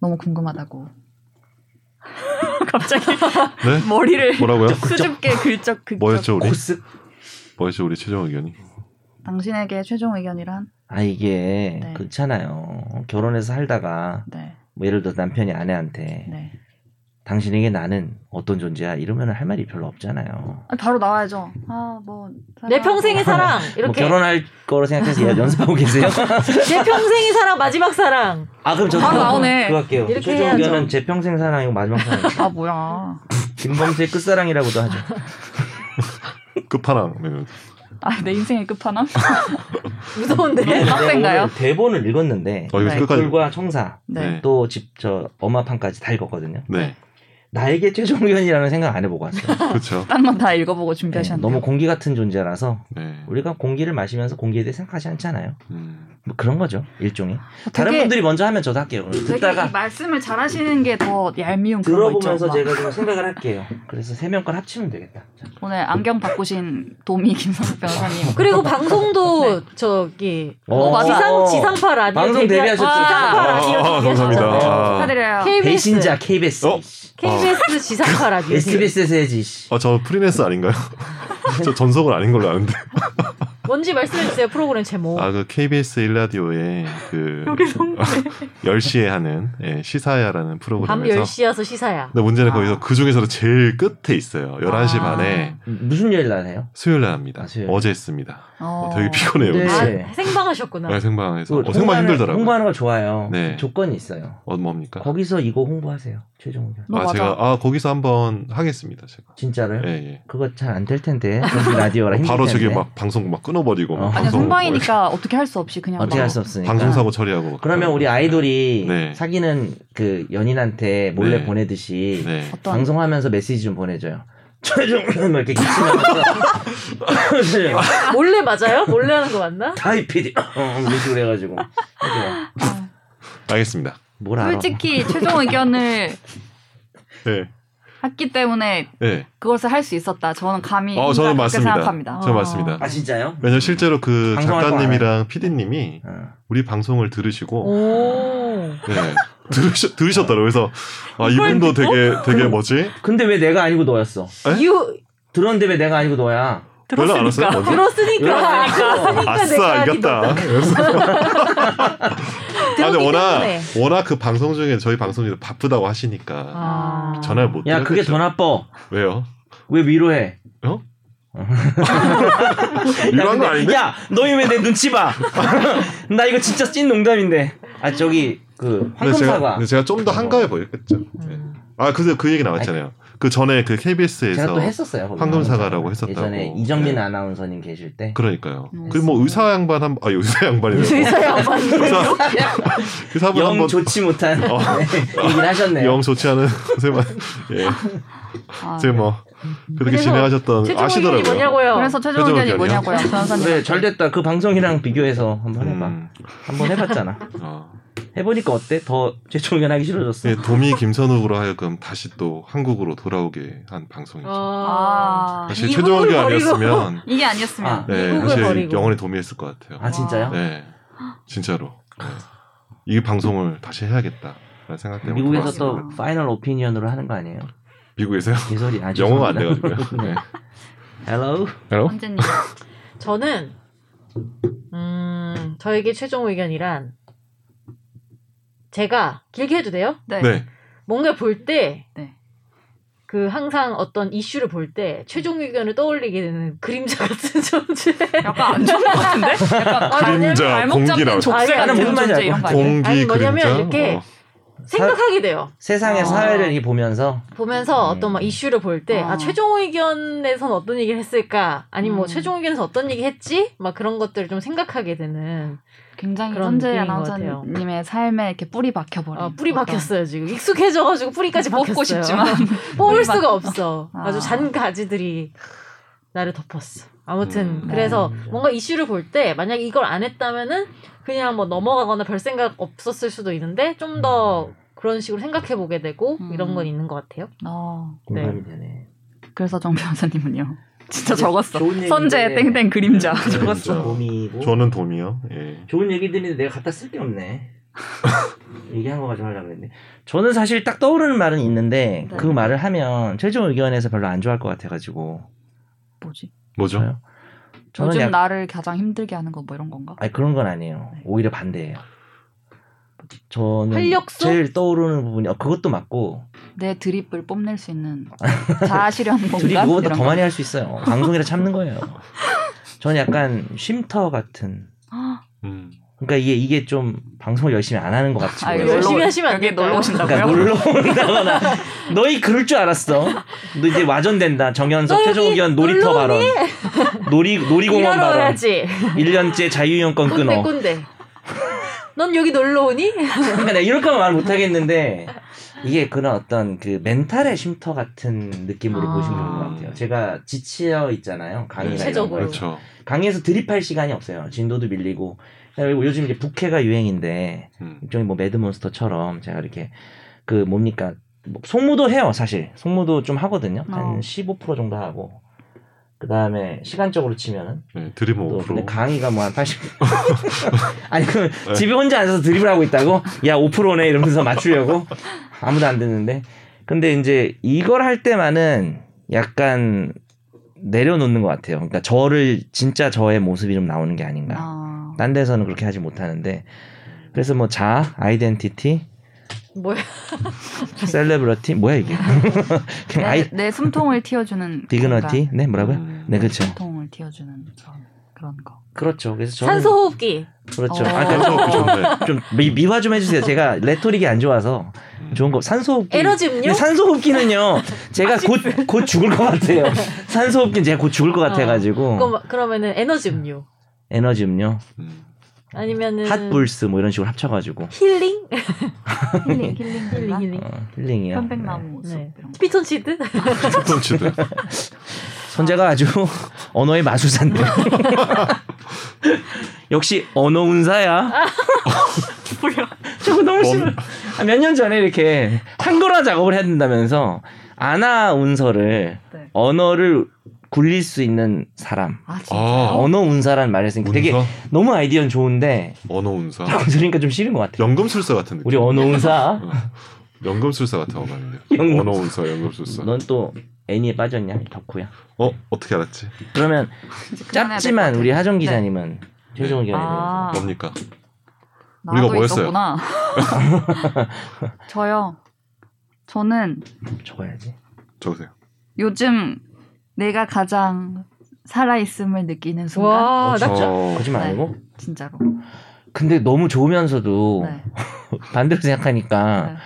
Speaker 2: 너무 궁금하다고. 갑자기
Speaker 4: 네?
Speaker 2: 머리를
Speaker 4: 뭐라고요?
Speaker 2: 수줍게 긁적 긁적.
Speaker 4: 뭐였죠 우리?
Speaker 1: 코스.
Speaker 4: 뭐였죠 우리 최종 의견이?
Speaker 2: 당신에게 최종 의견이란
Speaker 1: 아 이게
Speaker 2: 네.
Speaker 1: 그렇잖아요. 결혼해서 살다가
Speaker 2: 네,
Speaker 1: 뭐 예를 들어 남편이 아내한테
Speaker 2: 네.
Speaker 1: 당신에게 나는 어떤 존재야 이러면 할 말이 별로 없잖아요. 뭐
Speaker 2: 아, 바로 나와야죠. 아, 뭐.
Speaker 3: 내 평생의 사랑
Speaker 1: 뭐
Speaker 3: 이렇게
Speaker 1: 결혼할 거로 생각해서 예, 연습하고 계세요?
Speaker 3: 내 평생의 사랑 마지막 사랑
Speaker 1: 아 그럼 저도
Speaker 2: 바로 나오네.
Speaker 1: 그거 할게요.
Speaker 3: 이렇게
Speaker 1: 최종
Speaker 3: 해야죠.
Speaker 1: 의견은 제 평생 사랑이고 마지막 사랑.
Speaker 2: 아, 뭐야.
Speaker 1: 김범수의 끝사랑이라고도 하죠.
Speaker 4: 끝판왕. 네.
Speaker 2: 아, 내 인생의 끝판왕?
Speaker 3: 무서운데.
Speaker 1: 내가
Speaker 2: 학생가요?
Speaker 1: 오늘 네, 대본을 읽었는데
Speaker 4: 어 이거
Speaker 2: 네.
Speaker 4: 끝까지.
Speaker 1: 돌과 청사
Speaker 2: 네.
Speaker 4: 네.
Speaker 1: 또 집 저 엄마판까지 다 읽었거든요.
Speaker 4: 네.
Speaker 1: 나에게 최종 의견이라는 생각 안 해보고 왔어요.
Speaker 4: 그렇죠.
Speaker 2: 딴 건 다 읽어보고
Speaker 1: 네,
Speaker 2: 준비하셨는데.
Speaker 1: 너무 공기 같은 존재라서
Speaker 4: 네.
Speaker 1: 우리가 공기를 마시면서 공기에 대해 생각하지 않잖아요.
Speaker 4: 음.
Speaker 1: 뭐 그런 거죠 일종의. 다른 분들이 먼저 하면 저도 할게요. 오늘
Speaker 2: 되게 이
Speaker 1: 듣다가
Speaker 2: 말씀을 잘 하시는 게 더 얄미운 그런 거 있죠.
Speaker 1: 들어보면서
Speaker 2: 막
Speaker 1: 제가 좀 생각을 할게요. 그래서 세 명 걸 합치면 되겠다. 자,
Speaker 2: 오늘 안경 바꾸신 도미 김성욱 변호사님.
Speaker 3: 그리고 방송도 저기
Speaker 1: 어, 맞아.
Speaker 3: 지상
Speaker 1: 어.
Speaker 3: 지상파 라디오
Speaker 1: 방송 데뷔하셨죠?
Speaker 3: 지상파
Speaker 2: 아,
Speaker 3: 라디오
Speaker 4: 아,
Speaker 3: 데뷔하셨죠?
Speaker 4: 감사합니다. 아.
Speaker 2: 축하드려요.
Speaker 3: KBS
Speaker 1: 배신자 KBS.
Speaker 4: 어?
Speaker 3: KBS 지상파 라디오
Speaker 1: SBS에서 해지. 씨.
Speaker 4: 아, 저 프리랜서 아닌가요? 저 전속은 아닌 걸로 아는데.
Speaker 3: 뭔지 말씀해 주세요 프로그램 제목.
Speaker 4: 아, 그 KBS 1라디오에 그
Speaker 2: 성공.
Speaker 4: 10시에 하는 예, 시사야라는
Speaker 3: 밤
Speaker 4: 프로그램에서
Speaker 3: 10시여서 시사야.
Speaker 4: 근데 문제는
Speaker 2: 아.
Speaker 4: 거기서 그 중에서도 제일 끝에 있어요. 11시
Speaker 2: 아.
Speaker 4: 반에
Speaker 1: 무슨 요일 날 해요?
Speaker 4: 수요일 날 합니다.
Speaker 1: 아, 수요일.
Speaker 4: 어제 했습니다. 어,
Speaker 2: 어,
Speaker 4: 되게 피곤해요.
Speaker 1: 네.
Speaker 4: 그래서.
Speaker 3: 아, 생방하셨구나.
Speaker 4: 네, 생방에서. 어,
Speaker 1: 그
Speaker 4: 생방
Speaker 1: 홍보하는-
Speaker 4: 힘들더라고요.
Speaker 1: 홍보하는 거 좋아요.
Speaker 4: 네.
Speaker 1: 조건이 있어요.
Speaker 4: 어, 뭡니까?
Speaker 1: 거기서 이거 홍보하세요. 최종 의견.
Speaker 2: 너
Speaker 4: 아,
Speaker 2: 어, 맞아.
Speaker 4: 제가 아, 거기서 한번 하겠습니다, 제가.
Speaker 1: 진짜로요?
Speaker 4: 예, 예.
Speaker 1: 그거 잘 안 될 텐데 저기 라디오라 네. 힘들
Speaker 4: 어, 바로
Speaker 1: 텐데.
Speaker 4: 저기 막 방송 막 끊어버리고 막
Speaker 1: 어.
Speaker 2: 아니야,
Speaker 4: 방송 뭐
Speaker 2: 생방이니까 어떻게 할 수 없이 그냥
Speaker 1: 어떻게
Speaker 2: 막-
Speaker 1: 할 수 없으니까.
Speaker 4: 방송 사고 처리하고 막
Speaker 1: 그러면 우리 아이돌이
Speaker 4: 네.
Speaker 1: 사귀는 그 연인한테 몰래
Speaker 4: 네.
Speaker 1: 보내듯이
Speaker 4: 네.
Speaker 2: 어떤
Speaker 1: 방송하면서 메시지 좀 보내줘요. 최종 막 이렇게 기침하면서
Speaker 3: 몰래 맞아요? 몰래 하는 거 맞나?
Speaker 1: 다이 PD 뭐 이런 식으로 해가지고 해줘요.
Speaker 4: 알겠습니다.
Speaker 1: 뭘 알아?
Speaker 2: 솔직히 최종 의견을
Speaker 4: 네.
Speaker 2: 했기 때문에
Speaker 4: 예.
Speaker 2: 그것을 할 수 있었다. 저는 감히
Speaker 4: 어,
Speaker 2: 네, 인사
Speaker 4: 저는
Speaker 2: 그렇게
Speaker 4: 맞습니다.
Speaker 2: 생각합니다. 어.
Speaker 4: 저 맞습니다.
Speaker 1: 아 진짜요?
Speaker 4: 왜냐면 실제로 그
Speaker 1: 방송할
Speaker 4: 작가님이랑 PD님이
Speaker 1: 어.
Speaker 4: 우리 방송을 들으시고
Speaker 3: 오.
Speaker 4: 네, 들으셨 들으셨더라고. 그래서 아
Speaker 3: 이걸
Speaker 4: 이분도
Speaker 3: 듣고?
Speaker 4: 되게 되게 뭐지?
Speaker 1: 근데 왜 내가 아니고 너였어?
Speaker 3: 이유
Speaker 1: 들었는데 왜 내가 아니고 너야?
Speaker 4: 별로 안 왔어요. 먼저?
Speaker 3: 들었으니까.
Speaker 1: 들었으니까.
Speaker 3: 그러니까 내가
Speaker 4: 아싸 이겼다. 그래서 아, 근데
Speaker 3: 들었기
Speaker 4: 워낙
Speaker 3: 때문에.
Speaker 4: 워낙 그 방송 중에 저희 방송 중에 바쁘다고 하시니까
Speaker 3: 아.
Speaker 4: 전화를 못.
Speaker 1: 야 그게
Speaker 4: 드렸겠죠.
Speaker 1: 더 나빠.
Speaker 4: 왜요?
Speaker 1: 왜 위로해?
Speaker 4: 이런 거 아닌데?
Speaker 1: 야 너희 왜 내 눈치 봐? 나 이거 진짜 찐 농담인데. 아 저기 그
Speaker 4: 근데 네, 제가,
Speaker 1: 황금사과.
Speaker 4: 근데 제가 좀 더 한가해 보였겠죠.
Speaker 3: 음.
Speaker 4: 네. 아 근데 그 얘기 나왔잖아요. 그 전에 그 KBS에서
Speaker 1: 제가 또 했었어요. 거기
Speaker 4: 황금사과라고
Speaker 1: 나와서.
Speaker 4: 했었다고.
Speaker 1: 예전에 이정민
Speaker 4: 네.
Speaker 1: 아나운서님 계실 때.
Speaker 4: 그러니까요. 그 뭐 의사 양반 한, 아 의사 양반이네요.
Speaker 3: 의사 양반.
Speaker 4: 의사, 의사 분한
Speaker 1: 영
Speaker 4: 번.
Speaker 1: 좋지 못한
Speaker 4: 어.
Speaker 1: 네, 얘기를 하셨네요.
Speaker 4: 영 좋지 않은 선생님. 예.
Speaker 2: 아,
Speaker 4: 지금 뭐 그렇게
Speaker 3: 음, 그래서
Speaker 4: 진행하셨던
Speaker 3: 최종 의견이
Speaker 4: 아시더라고요.
Speaker 3: 뭐냐고요?
Speaker 2: 그래서 최종
Speaker 4: 최종
Speaker 2: 의견이
Speaker 4: 의견이요?
Speaker 2: 뭐냐고요, 변호사님.
Speaker 1: 그래 잘 됐다. 그 방송이랑 비교해서 한번 해봐.
Speaker 4: 음,
Speaker 1: 한번 해봤잖아.
Speaker 4: 어.
Speaker 1: 해보니까 어때? 더 최종 의견하기 싫어졌어.
Speaker 4: 예, 도미 김선욱으로 하여금 다시 또 한국으로 돌아오게 한 방송이죠.
Speaker 3: 어. 아.
Speaker 2: 아,
Speaker 4: 사실
Speaker 3: 이북을
Speaker 4: 최종 의견
Speaker 3: 버리고.
Speaker 4: 아니었으면
Speaker 2: 이게 아니었으면
Speaker 1: 아.
Speaker 4: 네,
Speaker 3: 이북을
Speaker 4: 사실
Speaker 3: 버리고.
Speaker 4: 영원히 도미했을 것 같아요.
Speaker 1: 아 진짜요?
Speaker 4: 네, 진짜로. 네. 이 방송을 다시 해야겠다라는 생각 때문에
Speaker 1: 미국에서 또
Speaker 4: 돌아왔습니다.
Speaker 1: 파이널 오피니언으로 하는 거 아니에요?
Speaker 4: 미국에서요?
Speaker 1: 이 소리 아,
Speaker 4: 영어가 안
Speaker 1: 죄송합니다.
Speaker 4: 돼가지고요. 네.
Speaker 1: Hello.
Speaker 4: Hello?
Speaker 2: 아, 언제님.
Speaker 3: 저는 음, 저에게 최종 의견이란 제가 길게 해도 돼요?
Speaker 2: 네.
Speaker 4: 네.
Speaker 3: 뭔가 볼 때,
Speaker 2: 네.
Speaker 3: 그 항상 어떤 이슈를 볼 때 최종 의견을 떠올리게 되는 그림자 같은 존재.
Speaker 2: 약간 안 좋은 것 같은데? 약간
Speaker 3: 아,
Speaker 4: 그림자,
Speaker 2: 발목
Speaker 4: 공기
Speaker 2: 잡는
Speaker 4: 나오죠.
Speaker 2: 족쇄
Speaker 3: 아니,
Speaker 2: 같은
Speaker 1: 무슨 말인지
Speaker 2: 존재 이런 거 아니에요?
Speaker 4: 공기
Speaker 3: 아니,
Speaker 4: 그림자.
Speaker 3: 뭐냐면 이렇게
Speaker 4: 어.
Speaker 3: 생각하게 돼요.
Speaker 1: 세상의
Speaker 2: 아.
Speaker 1: 사회를 이 보면서
Speaker 3: 보면서
Speaker 1: 음.
Speaker 3: 어떤 막 이슈를 볼 때, 아,
Speaker 2: 아.
Speaker 3: 최종 의견에선 어떤 얘기를 했을까? 아니면 뭐
Speaker 2: 음.
Speaker 3: 최종 의견에서 어떤 얘기 했지? 막 그런 것들을 좀 생각하게 되는.
Speaker 2: 굉장히
Speaker 3: 그런
Speaker 2: 선재
Speaker 3: 느낌인 것 같아요.
Speaker 2: 아나운서님의 삶에 이렇게 뿌리 박혀버린.
Speaker 3: 아, 뿌리
Speaker 2: 어떤-
Speaker 3: 박혔어요, 지금. 익숙해져가지고 뿌리까지 박혔어요.
Speaker 2: 뽑고 싶지만
Speaker 3: 뽑을
Speaker 2: 뿌리
Speaker 3: 수가
Speaker 2: 박-
Speaker 3: 없어.
Speaker 2: 아.
Speaker 3: 아. 주잔 가지들이 나를 덮었어. 아무튼
Speaker 4: 음.
Speaker 3: 그래서
Speaker 1: 음.
Speaker 3: 뭔가 이슈를 볼 때 만약 이걸 안 했다면은 그냥 뭐 넘어가거나 별 생각 없었을 수도 있는데 좀 더 그런 식으로 생각해 보게 되고
Speaker 2: 음.
Speaker 3: 이런 건 있는 것 같아요.
Speaker 2: 어,
Speaker 3: 네.
Speaker 1: 공감이 되네.
Speaker 2: 그래서 정 변호사님은요. 진짜 적었어.
Speaker 1: 좋은 얘기인데.
Speaker 2: 선재 땡땡 그림자
Speaker 1: 네,
Speaker 2: 적었어.
Speaker 4: 진짜.
Speaker 1: 봄이고
Speaker 4: 저는 도미요. 예.
Speaker 1: 좋은 얘기들인데 내가 갖다 쓸 게 없네. 얘기한 거 가지고 하려고 했는데 저는 사실 딱 떠오르는 말은 있는데
Speaker 2: 네.
Speaker 1: 그 말을 하면 최종 의견에서 별로 안 좋아할 것 같아가지고
Speaker 2: 뭐지?
Speaker 4: 뭐죠?
Speaker 1: 저요? 저는
Speaker 2: 요즘
Speaker 1: 약
Speaker 2: 나를 네. 가장 힘들게 하는 거 뭐 이런 건가?
Speaker 1: 아니 그런 건 아니에요. 오히려 반대예요. 저는
Speaker 3: 활력소?
Speaker 1: 제일 떠오르는 부분이 어, 그것도 맞고
Speaker 2: 내 드립을 뽐낼 수 있는 자아실현 공간
Speaker 1: 둘이 그거보다
Speaker 2: 이런 거.
Speaker 1: 더 많이 할 수 있어요. 방송이라 참는 거예요. 저는 약간 쉼터 같은.
Speaker 2: 아,
Speaker 4: 음.
Speaker 1: 그러니까 이게 이게 좀 방송을 열심히 안 하는 것 같이
Speaker 2: 아,
Speaker 1: 보여요.
Speaker 2: 이거
Speaker 3: 열심히
Speaker 2: 놀러-
Speaker 3: 하시면 안
Speaker 2: 여기
Speaker 3: 될까요?
Speaker 2: 놀러
Speaker 3: 아,
Speaker 1: 그러니까
Speaker 2: 오신다고요?
Speaker 1: 놀러 온다거나 너희 그럴 줄 알았어. 너 이제 와전된다. 정현석
Speaker 3: 너
Speaker 1: 최종
Speaker 3: 여기
Speaker 1: 의견 놀이터
Speaker 3: 놀러
Speaker 1: 발언. 놀이 놀이공원
Speaker 3: 일하러
Speaker 1: 발언.
Speaker 3: 와야지.
Speaker 1: 1년째 자유이용권
Speaker 3: 꼰대
Speaker 1: 끊어.
Speaker 3: 꼰대. 넌 여기 놀러 오니?
Speaker 1: 그러니까 내가 이럴 거면 말 못하겠는데 이게 그런 어떤 그 멘탈의 쉼터 같은 느낌으로
Speaker 3: 아.
Speaker 1: 보시면 좋을 것 같아요. 제가 지치어 있잖아요. 강의나 이런
Speaker 3: 체적으로.
Speaker 1: 거.
Speaker 4: 그렇죠.
Speaker 1: 강의에서 드립할 시간이 없어요. 진도도 밀리고 그리고 요즘 이제 부캐가 유행인데
Speaker 4: 음.
Speaker 1: 일종의 뭐 매드몬스터처럼 제가 이렇게 그 뭡니까 뭐 송무도 해요 사실 송무도 좀 하거든요
Speaker 2: 어.
Speaker 1: 한 15% 정도 하고 그 다음에 시간적으로 치면은
Speaker 4: 네, 드림
Speaker 1: 또
Speaker 4: 5%.
Speaker 1: 근데 강의가 뭐 한 80. 아니 그럼 집에 혼자 앉아서 드립을 하고 있다고? 야 5%네 이러면서 맞추려고 아무도 안 듣는데 근데 이제 이걸 할 때만은 약간 내려놓는 것 같아요. 그러니까 저를 진짜 저의 모습이 좀 나오는 게 아닌가.
Speaker 2: 아,
Speaker 1: 딴 데서는 그렇게 하지 못하는데 그래서 뭐 자아, 아이덴티티,
Speaker 3: 뭐야?
Speaker 1: 셀레브러티 뭐야 이게?
Speaker 2: 내,
Speaker 1: 그냥 아이
Speaker 2: 내 숨통을 틔워주는
Speaker 1: 디그너티 네 뭐라고요?
Speaker 4: 음.
Speaker 1: 네 그렇죠.
Speaker 2: 숨통을 틔워주는 그런 그런 거.
Speaker 1: 그렇죠. 그래서 저는
Speaker 3: 산소 호흡기.
Speaker 1: 그렇죠.
Speaker 2: 어.
Speaker 1: 아,
Speaker 4: 그렇죠.
Speaker 1: 그러니까
Speaker 4: 그렇죠.
Speaker 1: 좀,
Speaker 4: 네.
Speaker 1: 좀 미, 미화 좀 해주세요. 제가 레토릭이 안 좋아서 좋은 거 산소 호흡기.
Speaker 3: 음. 에너지 음료?
Speaker 1: 근데 산소 호흡기는요.
Speaker 3: 아,
Speaker 1: 제가 곧 곧 죽을 것 같아요. 산소 호흡기는 제가 곧 죽을 것 같아
Speaker 3: 어. 그거 뭐-
Speaker 1: 가지고
Speaker 3: 막- 그러면은 에너지 음료.
Speaker 1: 에너지 음료,
Speaker 4: 음.
Speaker 3: 아니면은
Speaker 1: 핫불스 뭐 이런 식으로 합쳐가지고
Speaker 3: 힐링?
Speaker 2: 음, 힐링 힐링
Speaker 3: 힐링
Speaker 2: 힐링.
Speaker 3: 힐링.
Speaker 1: 어, 힐링이요.
Speaker 2: 편백나무 모습
Speaker 3: 네.
Speaker 2: 이런 거.
Speaker 3: 피톤치드?
Speaker 4: 피톤치드.
Speaker 1: 손재가 아주 언어의 마술사인데. 역시 언어 운사야. 저거 너무 아,
Speaker 4: 엄-
Speaker 1: 싫어. 몇 년 전에 이렇게 한글화 작업을 해야 된다면서 아나운서를
Speaker 2: 네.
Speaker 1: 언어를 굴릴 수 있는 사람
Speaker 2: 아 진짜.
Speaker 4: 아,
Speaker 1: 언어운사라는 말을 쓰니까 되게
Speaker 4: 운사?
Speaker 1: 너무 아이디어는 좋은데
Speaker 4: 언어운사.
Speaker 1: 자꾸 들으니까 좀 싫은 것 같아요.
Speaker 4: 연금술사 같은 느낌.
Speaker 1: 우리 언어운사
Speaker 4: 연금술사 같은 어감인데.
Speaker 1: 연금-
Speaker 4: 언어운사, 연금술사.
Speaker 1: 넌 또 애니에 빠졌냐 덕후야.
Speaker 4: 어 어떻게 알았지?
Speaker 1: 그러면
Speaker 2: 이제 그만해야 될것
Speaker 1: 짧지만
Speaker 2: 같아. 네.
Speaker 1: 우리 하정 기자님은 최종 의견에 대해서
Speaker 2: 아,
Speaker 4: 뭡니까?
Speaker 2: 나도
Speaker 4: 우리가 뭐였어요?
Speaker 2: 있었구나. 저요. 저는
Speaker 1: 적어야지.
Speaker 4: 적으세요.
Speaker 2: 요즘 내가 가장 살아있음을 느끼는 순간
Speaker 3: 와, 아, 나 진짜
Speaker 4: 어,
Speaker 1: 거짓말
Speaker 2: 네.
Speaker 1: 아니고.
Speaker 2: 진짜로.
Speaker 1: 근데 너무 좋으면서도
Speaker 2: 네.
Speaker 1: 반대로 생각하니까
Speaker 2: 네.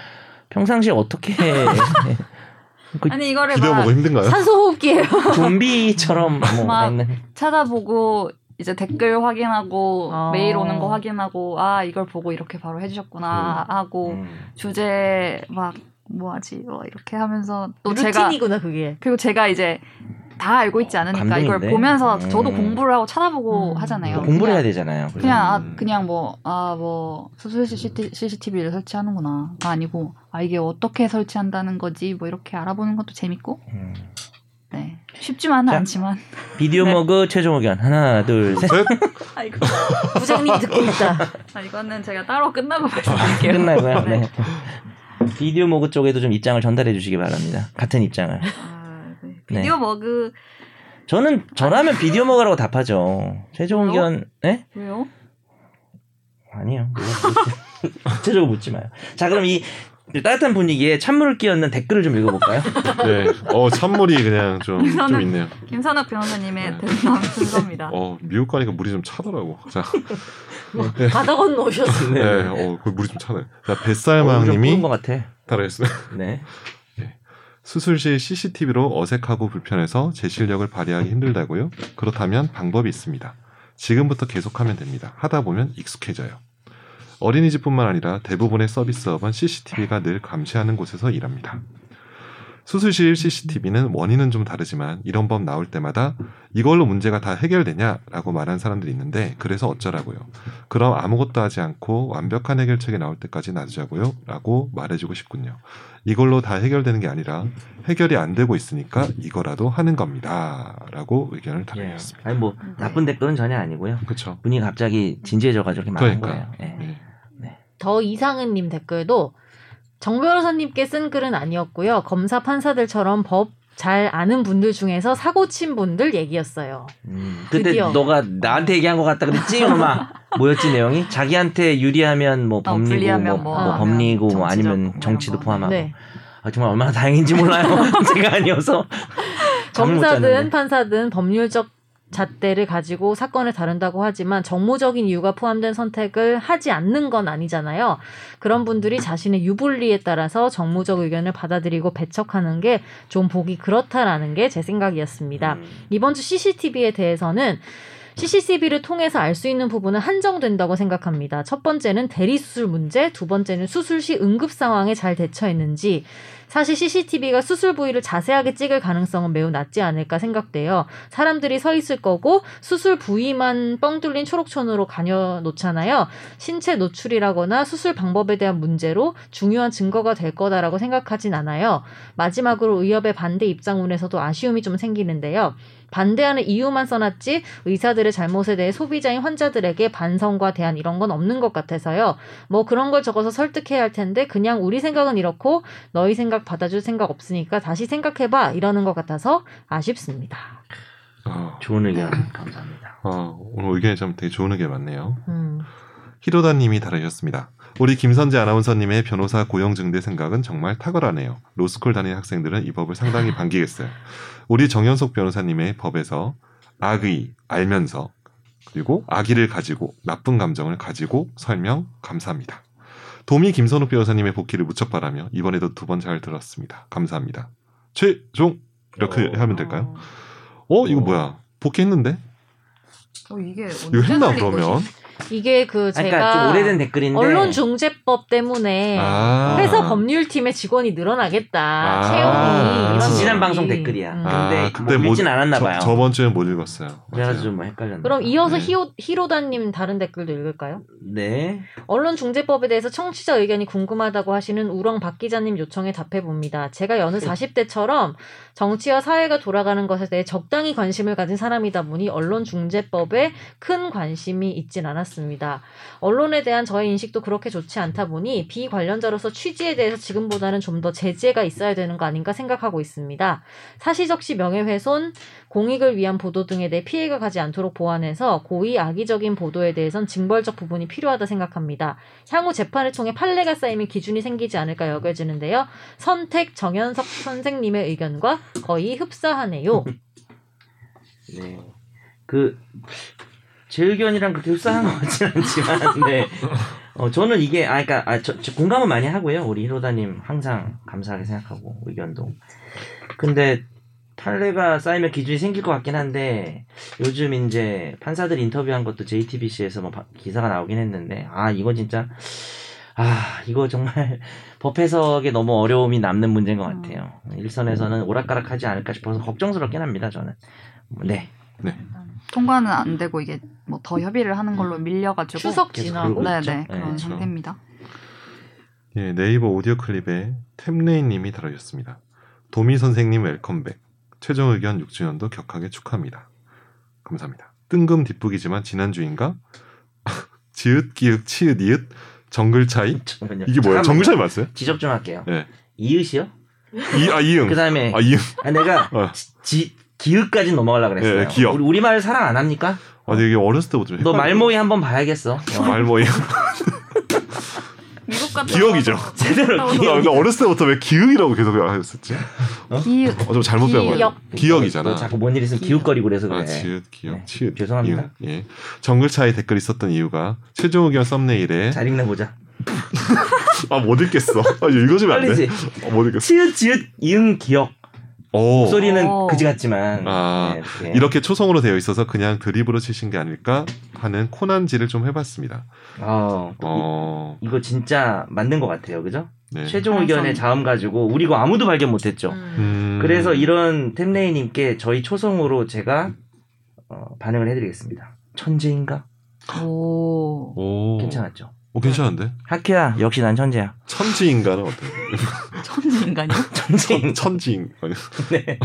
Speaker 1: 평상시에 어떻게
Speaker 2: 아니 이거를
Speaker 4: 기대
Speaker 2: 막
Speaker 4: 먹고 힘든가요?
Speaker 3: 산소 호흡기예요.
Speaker 1: 좀비처럼 뭐
Speaker 2: 막
Speaker 1: 했는
Speaker 2: 찾아보고 이제 댓글 확인하고
Speaker 3: 아.
Speaker 2: 메일 오는 거 확인하고 아 이걸 보고 이렇게 바로 해주셨구나 하고
Speaker 1: 음.
Speaker 2: 주제 막 뭐하지 뭐 이렇게 하면서 또
Speaker 3: 어,
Speaker 2: 제가
Speaker 3: 루틴이구나 그게.
Speaker 2: 그리고 제가 이제 다 알고 있지 않으니까
Speaker 1: 어, 감동인데?
Speaker 2: 이걸 보면서
Speaker 1: 음.
Speaker 2: 저도 공부를 하고 찾아보고
Speaker 3: 음.
Speaker 2: 하잖아요.
Speaker 1: 뭐 공부를
Speaker 2: 그냥-
Speaker 1: 해야 되잖아요. 그래서.
Speaker 2: 그냥 아,
Speaker 4: 음.
Speaker 2: 그냥 뭐 아 뭐 수술실 CCTV를 설치하는구나가 아니고 아 이게 어떻게 설치한다는 거지 뭐 이렇게 알아보는 것도 재밌고
Speaker 1: 음.
Speaker 2: 네 쉽지만은
Speaker 1: 자.
Speaker 2: 않지만
Speaker 1: 비디오
Speaker 2: 네.
Speaker 1: 머그 최종 의견 하나 둘 셋.
Speaker 4: 셋?
Speaker 2: 아 이거
Speaker 3: 부장님이 듣고 있다.
Speaker 2: 아, 이거는 제가 따로 끝나고 말씀드릴게요.
Speaker 1: 아, 끝나고요. 네. 비디오 모그 쪽에도 좀 입장을 전달해 주시기 바랍니다. 같은 입장을.
Speaker 2: 아, 네.
Speaker 1: 네.
Speaker 2: 비디오 머그
Speaker 1: 저는 저라면 비디오 모그라고 답하죠.
Speaker 2: 어?
Speaker 1: 최종 의견? 예?
Speaker 2: 왜요?
Speaker 1: 아니요. 구체적으로 묻지 마요. 자, 그럼 이 따뜻한 분위기에 찬물을 끼얹는 댓글을 좀 읽어볼까요?
Speaker 4: 네. 어 찬물이 그냥 좀, 좀
Speaker 2: 이거는- 아.
Speaker 4: 있네요.
Speaker 2: 김선욱 변호사님의
Speaker 4: 네.
Speaker 2: 대담 순서입니다.
Speaker 4: 어 미국 가니까 물이 좀 차더라고. 자,
Speaker 3: 뭐,
Speaker 1: 네.
Speaker 3: 바다 건너 오셨어.
Speaker 4: 네. 어, 그 물이 좀 차네.
Speaker 1: 얼굴
Speaker 4: 자,
Speaker 1: 어, 좀
Speaker 4: 뱃살망님이
Speaker 1: 부은 것 같아.
Speaker 4: 다루겠습니다.
Speaker 1: 네.
Speaker 4: 수술실 CCTV로 어색하고 불편해서 제 실력을 발휘하기 힘들다고요? 그렇다면 방법이 있습니다. 지금부터 계속하면 됩니다. 하다 보면 익숙해져요. 어린이집뿐만 아니라 대부분의 서비스업은 CCTV가 늘 감시하는 곳에서 일합니다. 수술실 CCTV는 원인은 좀 다르지만 이런 법 나올 때마다 이걸로 문제가 다 해결되냐라고 말한 사람들이 있는데 그래서 어쩌라고요. 그럼 아무것도 하지 않고 완벽한 해결책이 나올 때까지 놔두자고요. 라고 말해주고 싶군요. 이걸로 다 해결되는 게 아니라 해결이 안 되고 있으니까 이거라도 하는 겁니다. 라고 의견을
Speaker 1: 예.
Speaker 4: 달아주셨습니다.
Speaker 1: 아니, 뭐, 나쁜 댓글은 전혀 아니고요.
Speaker 4: 그렇죠.
Speaker 1: 분위기 갑자기 진지해져가지고 이렇게 말한
Speaker 4: 그러니까.
Speaker 1: 거예요. 예.
Speaker 4: 예.
Speaker 3: 더 이상은님 댓글도 정 변호사님께 쓴 글은 아니었고요. 검사 판사들처럼 법 잘 아는 분들 중에서 사고 친 분들 얘기였어요.
Speaker 1: 음, 그때
Speaker 3: 드디어.
Speaker 1: 너가 나한테 얘기한 것 같다 그랬지? 엄마 뭐였지 내용이? 자기한테 유리하면 뭐
Speaker 2: 어,
Speaker 1: 법리고
Speaker 2: 불리하면
Speaker 1: 뭐,
Speaker 2: 뭐,
Speaker 1: 뭐 법리고 뭐
Speaker 2: 정치적
Speaker 1: 아니면
Speaker 2: 뭐
Speaker 1: 정치도
Speaker 2: 이런 거.
Speaker 1: 포함하고
Speaker 3: 네.
Speaker 1: 아, 정말 얼마나 다행인지 몰라요 제가 아니어서 잠을 못
Speaker 3: 검사든
Speaker 1: 잤는데.
Speaker 3: 판사든 법률적 잣대를 가지고 사건을 다룬다고 하지만 정무적인 이유가 포함된 선택을 하지 않는 건 아니잖아요. 그런 분들이 자신의 유불리에 따라서 정무적 의견을 받아들이고 배척하는 게 좀 보기 그렇다라는 게 제 생각이었습니다.
Speaker 1: 음,
Speaker 3: 이번 주 CCTV에 대해서는 CCTV를 통해서 알 수 있는 부분은 한정된다고 생각합니다. 첫 번째는 대리수술 문제, 두 번째는 수술 시 응급 상황에 잘 대처했는지, 사실 CCTV가 수술 부위를 자세하게 찍을 가능성은 매우 낮지 않을까 생각돼요. 사람들이 서 있을 거고, 수술 부위만 뻥 뚫린 초록천으로 가려 놓잖아요. 신체 노출이라거나 수술 방법에 대한 문제로 중요한 증거가 될 거다라고 생각하진 않아요. 마지막으로 의협의 반대 입장문에서도 아쉬움이 좀 생기는데요. 반대하는 이유만 써놨지 의사들의 잘못에 대해 소비자인 환자들에게 반성과 대안 이런 건 없는 것 같아서요. 뭐 그런 걸 적어서 설득해야 할 텐데 그냥 우리 생각은 이렇고 너희 생각 받아줄 생각 없으니까 다시 생각해봐 이러는 것 같아서 아쉽습니다.
Speaker 4: 아,
Speaker 1: 좋은 의견 감사합니다
Speaker 4: 아, 오늘 의견이 좀 되게 좋은 의견 많네요.
Speaker 3: 음.
Speaker 4: 히로다님이 다루셨습니다. 우리 김선재 아나운서님의 변호사 고용증대 생각은 정말 탁월하네요. 로스쿨 다니는 학생들은 이 법을 상당히 반기겠어요. 우리 정현석 변호사님의 법에서 악의, 알면서, 그리고 악의를 가지고, 나쁜 감정을 가지고 설명 감사합니다. 도미 김선욱 변호사님의 복귀를 무척 바라며 이번에도 두 번 잘 들었습니다. 감사합니다. 최종! 이렇게
Speaker 1: 어.
Speaker 4: 하면 될까요? 어, 이거 뭐야? 복귀했는데?
Speaker 2: 어, 이게
Speaker 4: 이거 했나, 그러면?
Speaker 3: 이게 그
Speaker 1: 아니,
Speaker 3: 제가
Speaker 1: 그러니까 좀 오래된 댓글인데
Speaker 3: 언론중재법 때문에
Speaker 4: 아.
Speaker 3: 네. 회사 법률팀의 직원이 늘어나겠다.
Speaker 4: 아.
Speaker 3: 채용이. 이런
Speaker 1: 지난
Speaker 3: 얘기.
Speaker 1: 방송 댓글이야.
Speaker 3: 음.
Speaker 4: 아,
Speaker 1: 근데
Speaker 4: 그때
Speaker 1: 뭐
Speaker 4: 못-
Speaker 1: 읽진 않았나 봐요.
Speaker 4: 저, 저번 주에 못 읽었어요.
Speaker 1: 그래서
Speaker 4: 맞아요.
Speaker 1: 좀 헷갈렸나.
Speaker 3: 그럼 이어서
Speaker 4: 네.
Speaker 3: 히오, 히로다님 다른 댓글도 읽을까요?
Speaker 1: 네.
Speaker 3: 언론중재법에 대해서 청취자 의견이 궁금하다고 하시는 우렁 박 기자님 요청에 답해봅니다. 제가 여느 40대처럼 정치와 사회가 돌아가는 것에 대해 적당히 관심을 가진 사람이다 보니 언론중재법에 큰 관심이 있진 않았습니다. 언론에 대한 저의 인식도 그렇게 좋지 않다 보니 비관련자로서 취지에 대해서 지금보다는 좀 더 제재가 있어야 되는 거 아닌가 생각하고 있습니다. 사시적시 명예훼손, 공익을 위한 보도 등에 대해 피해가 가지 않도록 보완해서 고의 악의적인 보도에 대해선 징벌적 부분이 필요하다 생각합니다. 향후 재판을 통해 판례가 쌓이면 기준이 생기지 않을까 여겨지는데요. 선택 정현석 선생님의 의견과 거의 흡사하네요.
Speaker 1: 네. 그, 제 의견이랑 그렇게 흡사한 것 같진 않지만, 네. 어, 저는 이게, 아, 그니까, 아, 저, 저 공감은 많이 하고요. 우리 히로다님 항상 감사하게 생각하고, 의견도. 근데, 판례가 쌓이면 기준이 생길 것 같긴 한데, 요즘 이제 판사들 인터뷰한 것도 JTBC에서 뭐 바- 기사가 나오긴 했는데, 아, 이거 진짜, 아, 이거 정말 법 해석에 너무 어려움이 남는 문제인 것 같아요. 일선에서는 오락가락 하지 않을까 싶어서 걱정스럽긴 합니다, 저는. 네.
Speaker 2: 통과는 안 되고 이게 뭐 더 협의를 하는 걸로 밀려가지고
Speaker 3: 추석
Speaker 1: 계속
Speaker 3: 지나고
Speaker 1: 그러고
Speaker 2: 네네
Speaker 1: 있죠. 네,
Speaker 2: 그런
Speaker 4: 그렇죠.
Speaker 2: 상태입니다.
Speaker 4: 예, 네이버 오디오 클립에 템레인님이 달아주셨습니다. 도미 선생님 웰컴백. 최종 의견 6주년도 격하게 축하합니다. 감사합니다. 뜬금 뒷북이지만 지난주인가? 지읒, 기읒, 치읒, 이읒, 정글 차이?
Speaker 1: 잠깐만요.
Speaker 4: 이게
Speaker 1: 잠깐만요.
Speaker 4: 뭐야? 정글 차이 맞어요?
Speaker 1: 지적 좀 할게요.
Speaker 4: 예.
Speaker 1: 이읒이요?
Speaker 4: 이, 아, 이응.
Speaker 1: 그 다음에
Speaker 4: 아, 이응.
Speaker 1: 아, 내가
Speaker 4: 어.
Speaker 1: 지, 기읍까지 넘어가려고 그랬어요.
Speaker 4: 예, 기역.
Speaker 1: 우리, 우리말 사랑 안 합니까?
Speaker 4: 아, 되게 어렸을 때부터 좀
Speaker 1: 너
Speaker 4: 헷갈려.
Speaker 1: 말모이 한번 봐야겠어. 어.
Speaker 4: 아, 말모이.
Speaker 2: 미국 갔다
Speaker 4: 기억이죠.
Speaker 1: 어,
Speaker 2: 와서
Speaker 1: 제대로
Speaker 4: 나
Speaker 1: 기억.
Speaker 4: 근데 어렸을 때부터 왜 기응이라고 계속 하셨었지?
Speaker 2: 기
Speaker 4: 어, 좀 잘못 배운 거
Speaker 3: 기억.
Speaker 4: 같아요. 기억이잖아.
Speaker 1: 너 자꾸 뭔 일 있으면 기웃거리고 그래서 그래.
Speaker 4: 아, 지읒, 기억,
Speaker 1: 네.
Speaker 4: 치읒.
Speaker 1: 죄송합니다.
Speaker 4: 이응. 예. 정글 차이 댓글 있었던 이유가 최종 의견 썸네일에
Speaker 1: 잘 읽나 보자.
Speaker 4: 아 못 읽겠어. 아, 이거 읽어주면 안 돼.
Speaker 1: 빨리지.
Speaker 4: 어, 못 읽겠어.
Speaker 1: 치읒 지읒 이응 기억.
Speaker 4: 오.
Speaker 1: 목소리는
Speaker 2: 오.
Speaker 1: 그지 같지만.
Speaker 4: 아,
Speaker 1: 네, 네.
Speaker 4: 이렇게 초성으로 되어 있어서 그냥 드립으로 치신 게 아닐까 하는 코난지를 좀 해봤습니다.
Speaker 1: 어,
Speaker 4: 어,
Speaker 1: 이거 진짜 맞는 것 같아요, 그죠?
Speaker 4: 네.
Speaker 1: 최종 의견의
Speaker 2: 항상.
Speaker 1: 자음 가지고 우리 이거 아무도 발견 못했죠.
Speaker 3: 음.
Speaker 4: 음.
Speaker 1: 그래서 이런 템레이님께 저희 초성으로 제가 어, 반응을 해드리겠습니다. 천재인가?
Speaker 2: 오
Speaker 4: 오.
Speaker 1: 괜찮았죠.
Speaker 4: 어, 괜찮은데?
Speaker 1: 하키야 역시 난 천재야.
Speaker 4: 천지인가는 어때?
Speaker 2: 천지 인간이
Speaker 1: 천재인.
Speaker 4: 천지인. 아니,
Speaker 1: 네.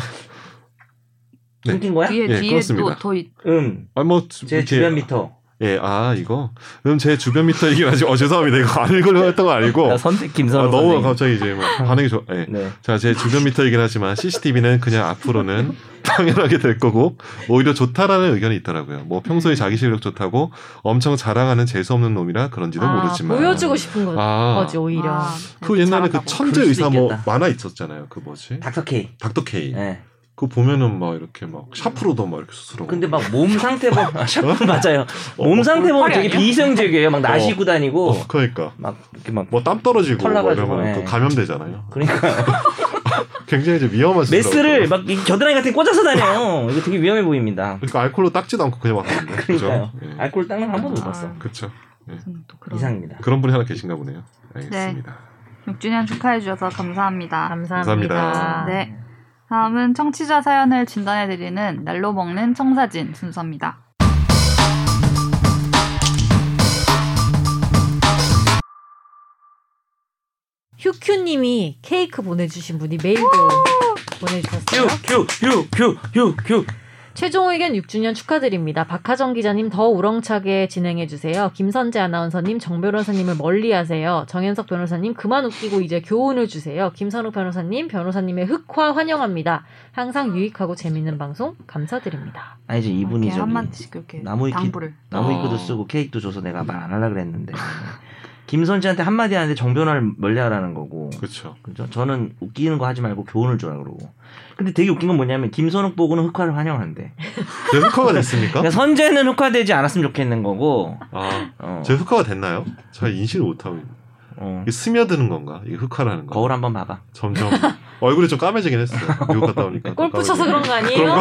Speaker 4: 네.
Speaker 1: 웃긴 거야?
Speaker 2: 뒤에
Speaker 4: 예,
Speaker 2: 뒤에
Speaker 4: 그렇습니다.
Speaker 2: 또더
Speaker 1: 음.
Speaker 4: 아, 뭐, 주-
Speaker 1: 제
Speaker 4: 이렇게-
Speaker 1: 주변 미터.
Speaker 4: 예, 아, 이거? 그럼 제 주변 미터 얘기는 아직, 어, 죄송합니다. 이거 안 읽으려고 했던 거 아니고.
Speaker 1: 야,
Speaker 4: 아,
Speaker 1: 선택 김선호.
Speaker 4: 너무
Speaker 1: 선생님.
Speaker 4: 갑자기 이제 뭐 반응이 좋, 예.
Speaker 1: 네.
Speaker 4: 자, 제 주변 미터이긴 하지만 CCTV는 그냥 앞으로는 당연하게 될 거고 오히려 좋다라는 의견이 있더라고요. 뭐 평소에 자기 실력 좋다고 엄청 자랑하는 재수 없는 놈이라 그런지도
Speaker 3: 아,
Speaker 4: 모르지만
Speaker 3: 보여주고 싶은 거-
Speaker 4: 아,
Speaker 3: 거지 오히려.
Speaker 2: 아,
Speaker 4: 그 옛날에 그
Speaker 2: 잘한다고.
Speaker 4: 천재
Speaker 1: 그럴 수도
Speaker 4: 의사 뭐
Speaker 1: 있겠다.
Speaker 4: 만화 있었잖아요. 그 뭐지?
Speaker 1: 닥터 K.
Speaker 4: 닥터 케이.
Speaker 1: 네.
Speaker 4: 그거 보면은 막 이렇게 막 샤프로도 막 이렇게 수스러.
Speaker 1: 근데 막 몸 상태 보면 아, 샤프 맞아요.
Speaker 4: 어,
Speaker 1: 몸
Speaker 4: 어,
Speaker 1: 상태 보면
Speaker 2: 꿀빨이
Speaker 1: 되게
Speaker 2: 아니야?
Speaker 1: 비위생적이에요. 막 나시 입고 다니고
Speaker 4: 어, 그러니까
Speaker 1: 막 이렇게 막
Speaker 4: 뭐 땀 떨어지고
Speaker 1: 털
Speaker 4: 뭐
Speaker 1: 나가지고,
Speaker 4: 이러면
Speaker 1: 예.
Speaker 4: 그 감염되잖아요.
Speaker 1: 그러니까
Speaker 4: 굉장히 이제 위험한 수스러워.
Speaker 1: 메스를 막 이 겨드랑이 같은 데 꽂아서 다녀요. 이거 되게 위험해 보입니다.
Speaker 4: 그러니까 알코올로 닦지도 않고 그냥 막 하는데.
Speaker 1: 그러니까요.
Speaker 4: 그죠? 예.
Speaker 1: 알코올 닦는 한 번도 못 봤어.
Speaker 2: 아,
Speaker 4: 그렇죠.
Speaker 2: 무슨 또 그런
Speaker 1: 이상입니다.
Speaker 4: 그런 분이 하나 계신가 보네요. 알겠습니다.
Speaker 2: 6주년 축하해 주셔서 감사합니다.
Speaker 3: 감사합니다.
Speaker 4: 감사합니다.
Speaker 2: 네. 다음은 청취자 사연을 진단해 드리는 날로 먹는 청사진 순서입니다.
Speaker 3: 휴큐님이 케이크 보내주신 분이 메일도 보내주셨어요.
Speaker 1: 큐큐큐큐큐큐
Speaker 3: 최종 의견 6주년 축하드립니다. 박하정 기자님 더 우렁차게 진행해 주세요. 김선재 아나운서님, 정 변호사님을 멀리하세요. 정현석 변호사님 그만 웃기고 이제 교훈을 주세요. 김선욱 변호사님, 변호사님의 흑화 환영합니다. 항상 유익하고 재밌는 방송 감사드립니다.
Speaker 1: 아니지 이분이
Speaker 2: 이렇게
Speaker 1: 저기
Speaker 2: 한마디씩 이렇게
Speaker 1: 나무 위키-
Speaker 2: 당부를.
Speaker 1: 나무 이끄도
Speaker 4: 어.
Speaker 1: 쓰고 케이크도 줘서 내가 말 안 하려 그랬는데 김선지한테 한마디 하는데 정변화를 멀리하라는 거고
Speaker 4: 그렇죠.
Speaker 1: 그죠? 저는 웃기는 거 하지 말고 교훈을 주라 그러고 근데 되게 웃긴 건 뭐냐면 김선욱 보고는 흑화를 환영한대
Speaker 4: 어? 제 흑화가 됐습니까?
Speaker 1: 그러니까 선재는 흑화되지 않았으면 좋겠는 거고
Speaker 4: 아,
Speaker 1: 어.
Speaker 4: 제 흑화가 됐나요? 잘 인식을 못하고 있-
Speaker 1: 어.
Speaker 4: 이게 스며드는 건가? 이게 흑화라는 거.
Speaker 1: 거울 한번 봐봐.
Speaker 4: 점점 얼굴이 좀 까매지긴 했어. 미국 갔다 오니까.
Speaker 3: 골프 쳐서 그런 거 아니에요?
Speaker 4: 그런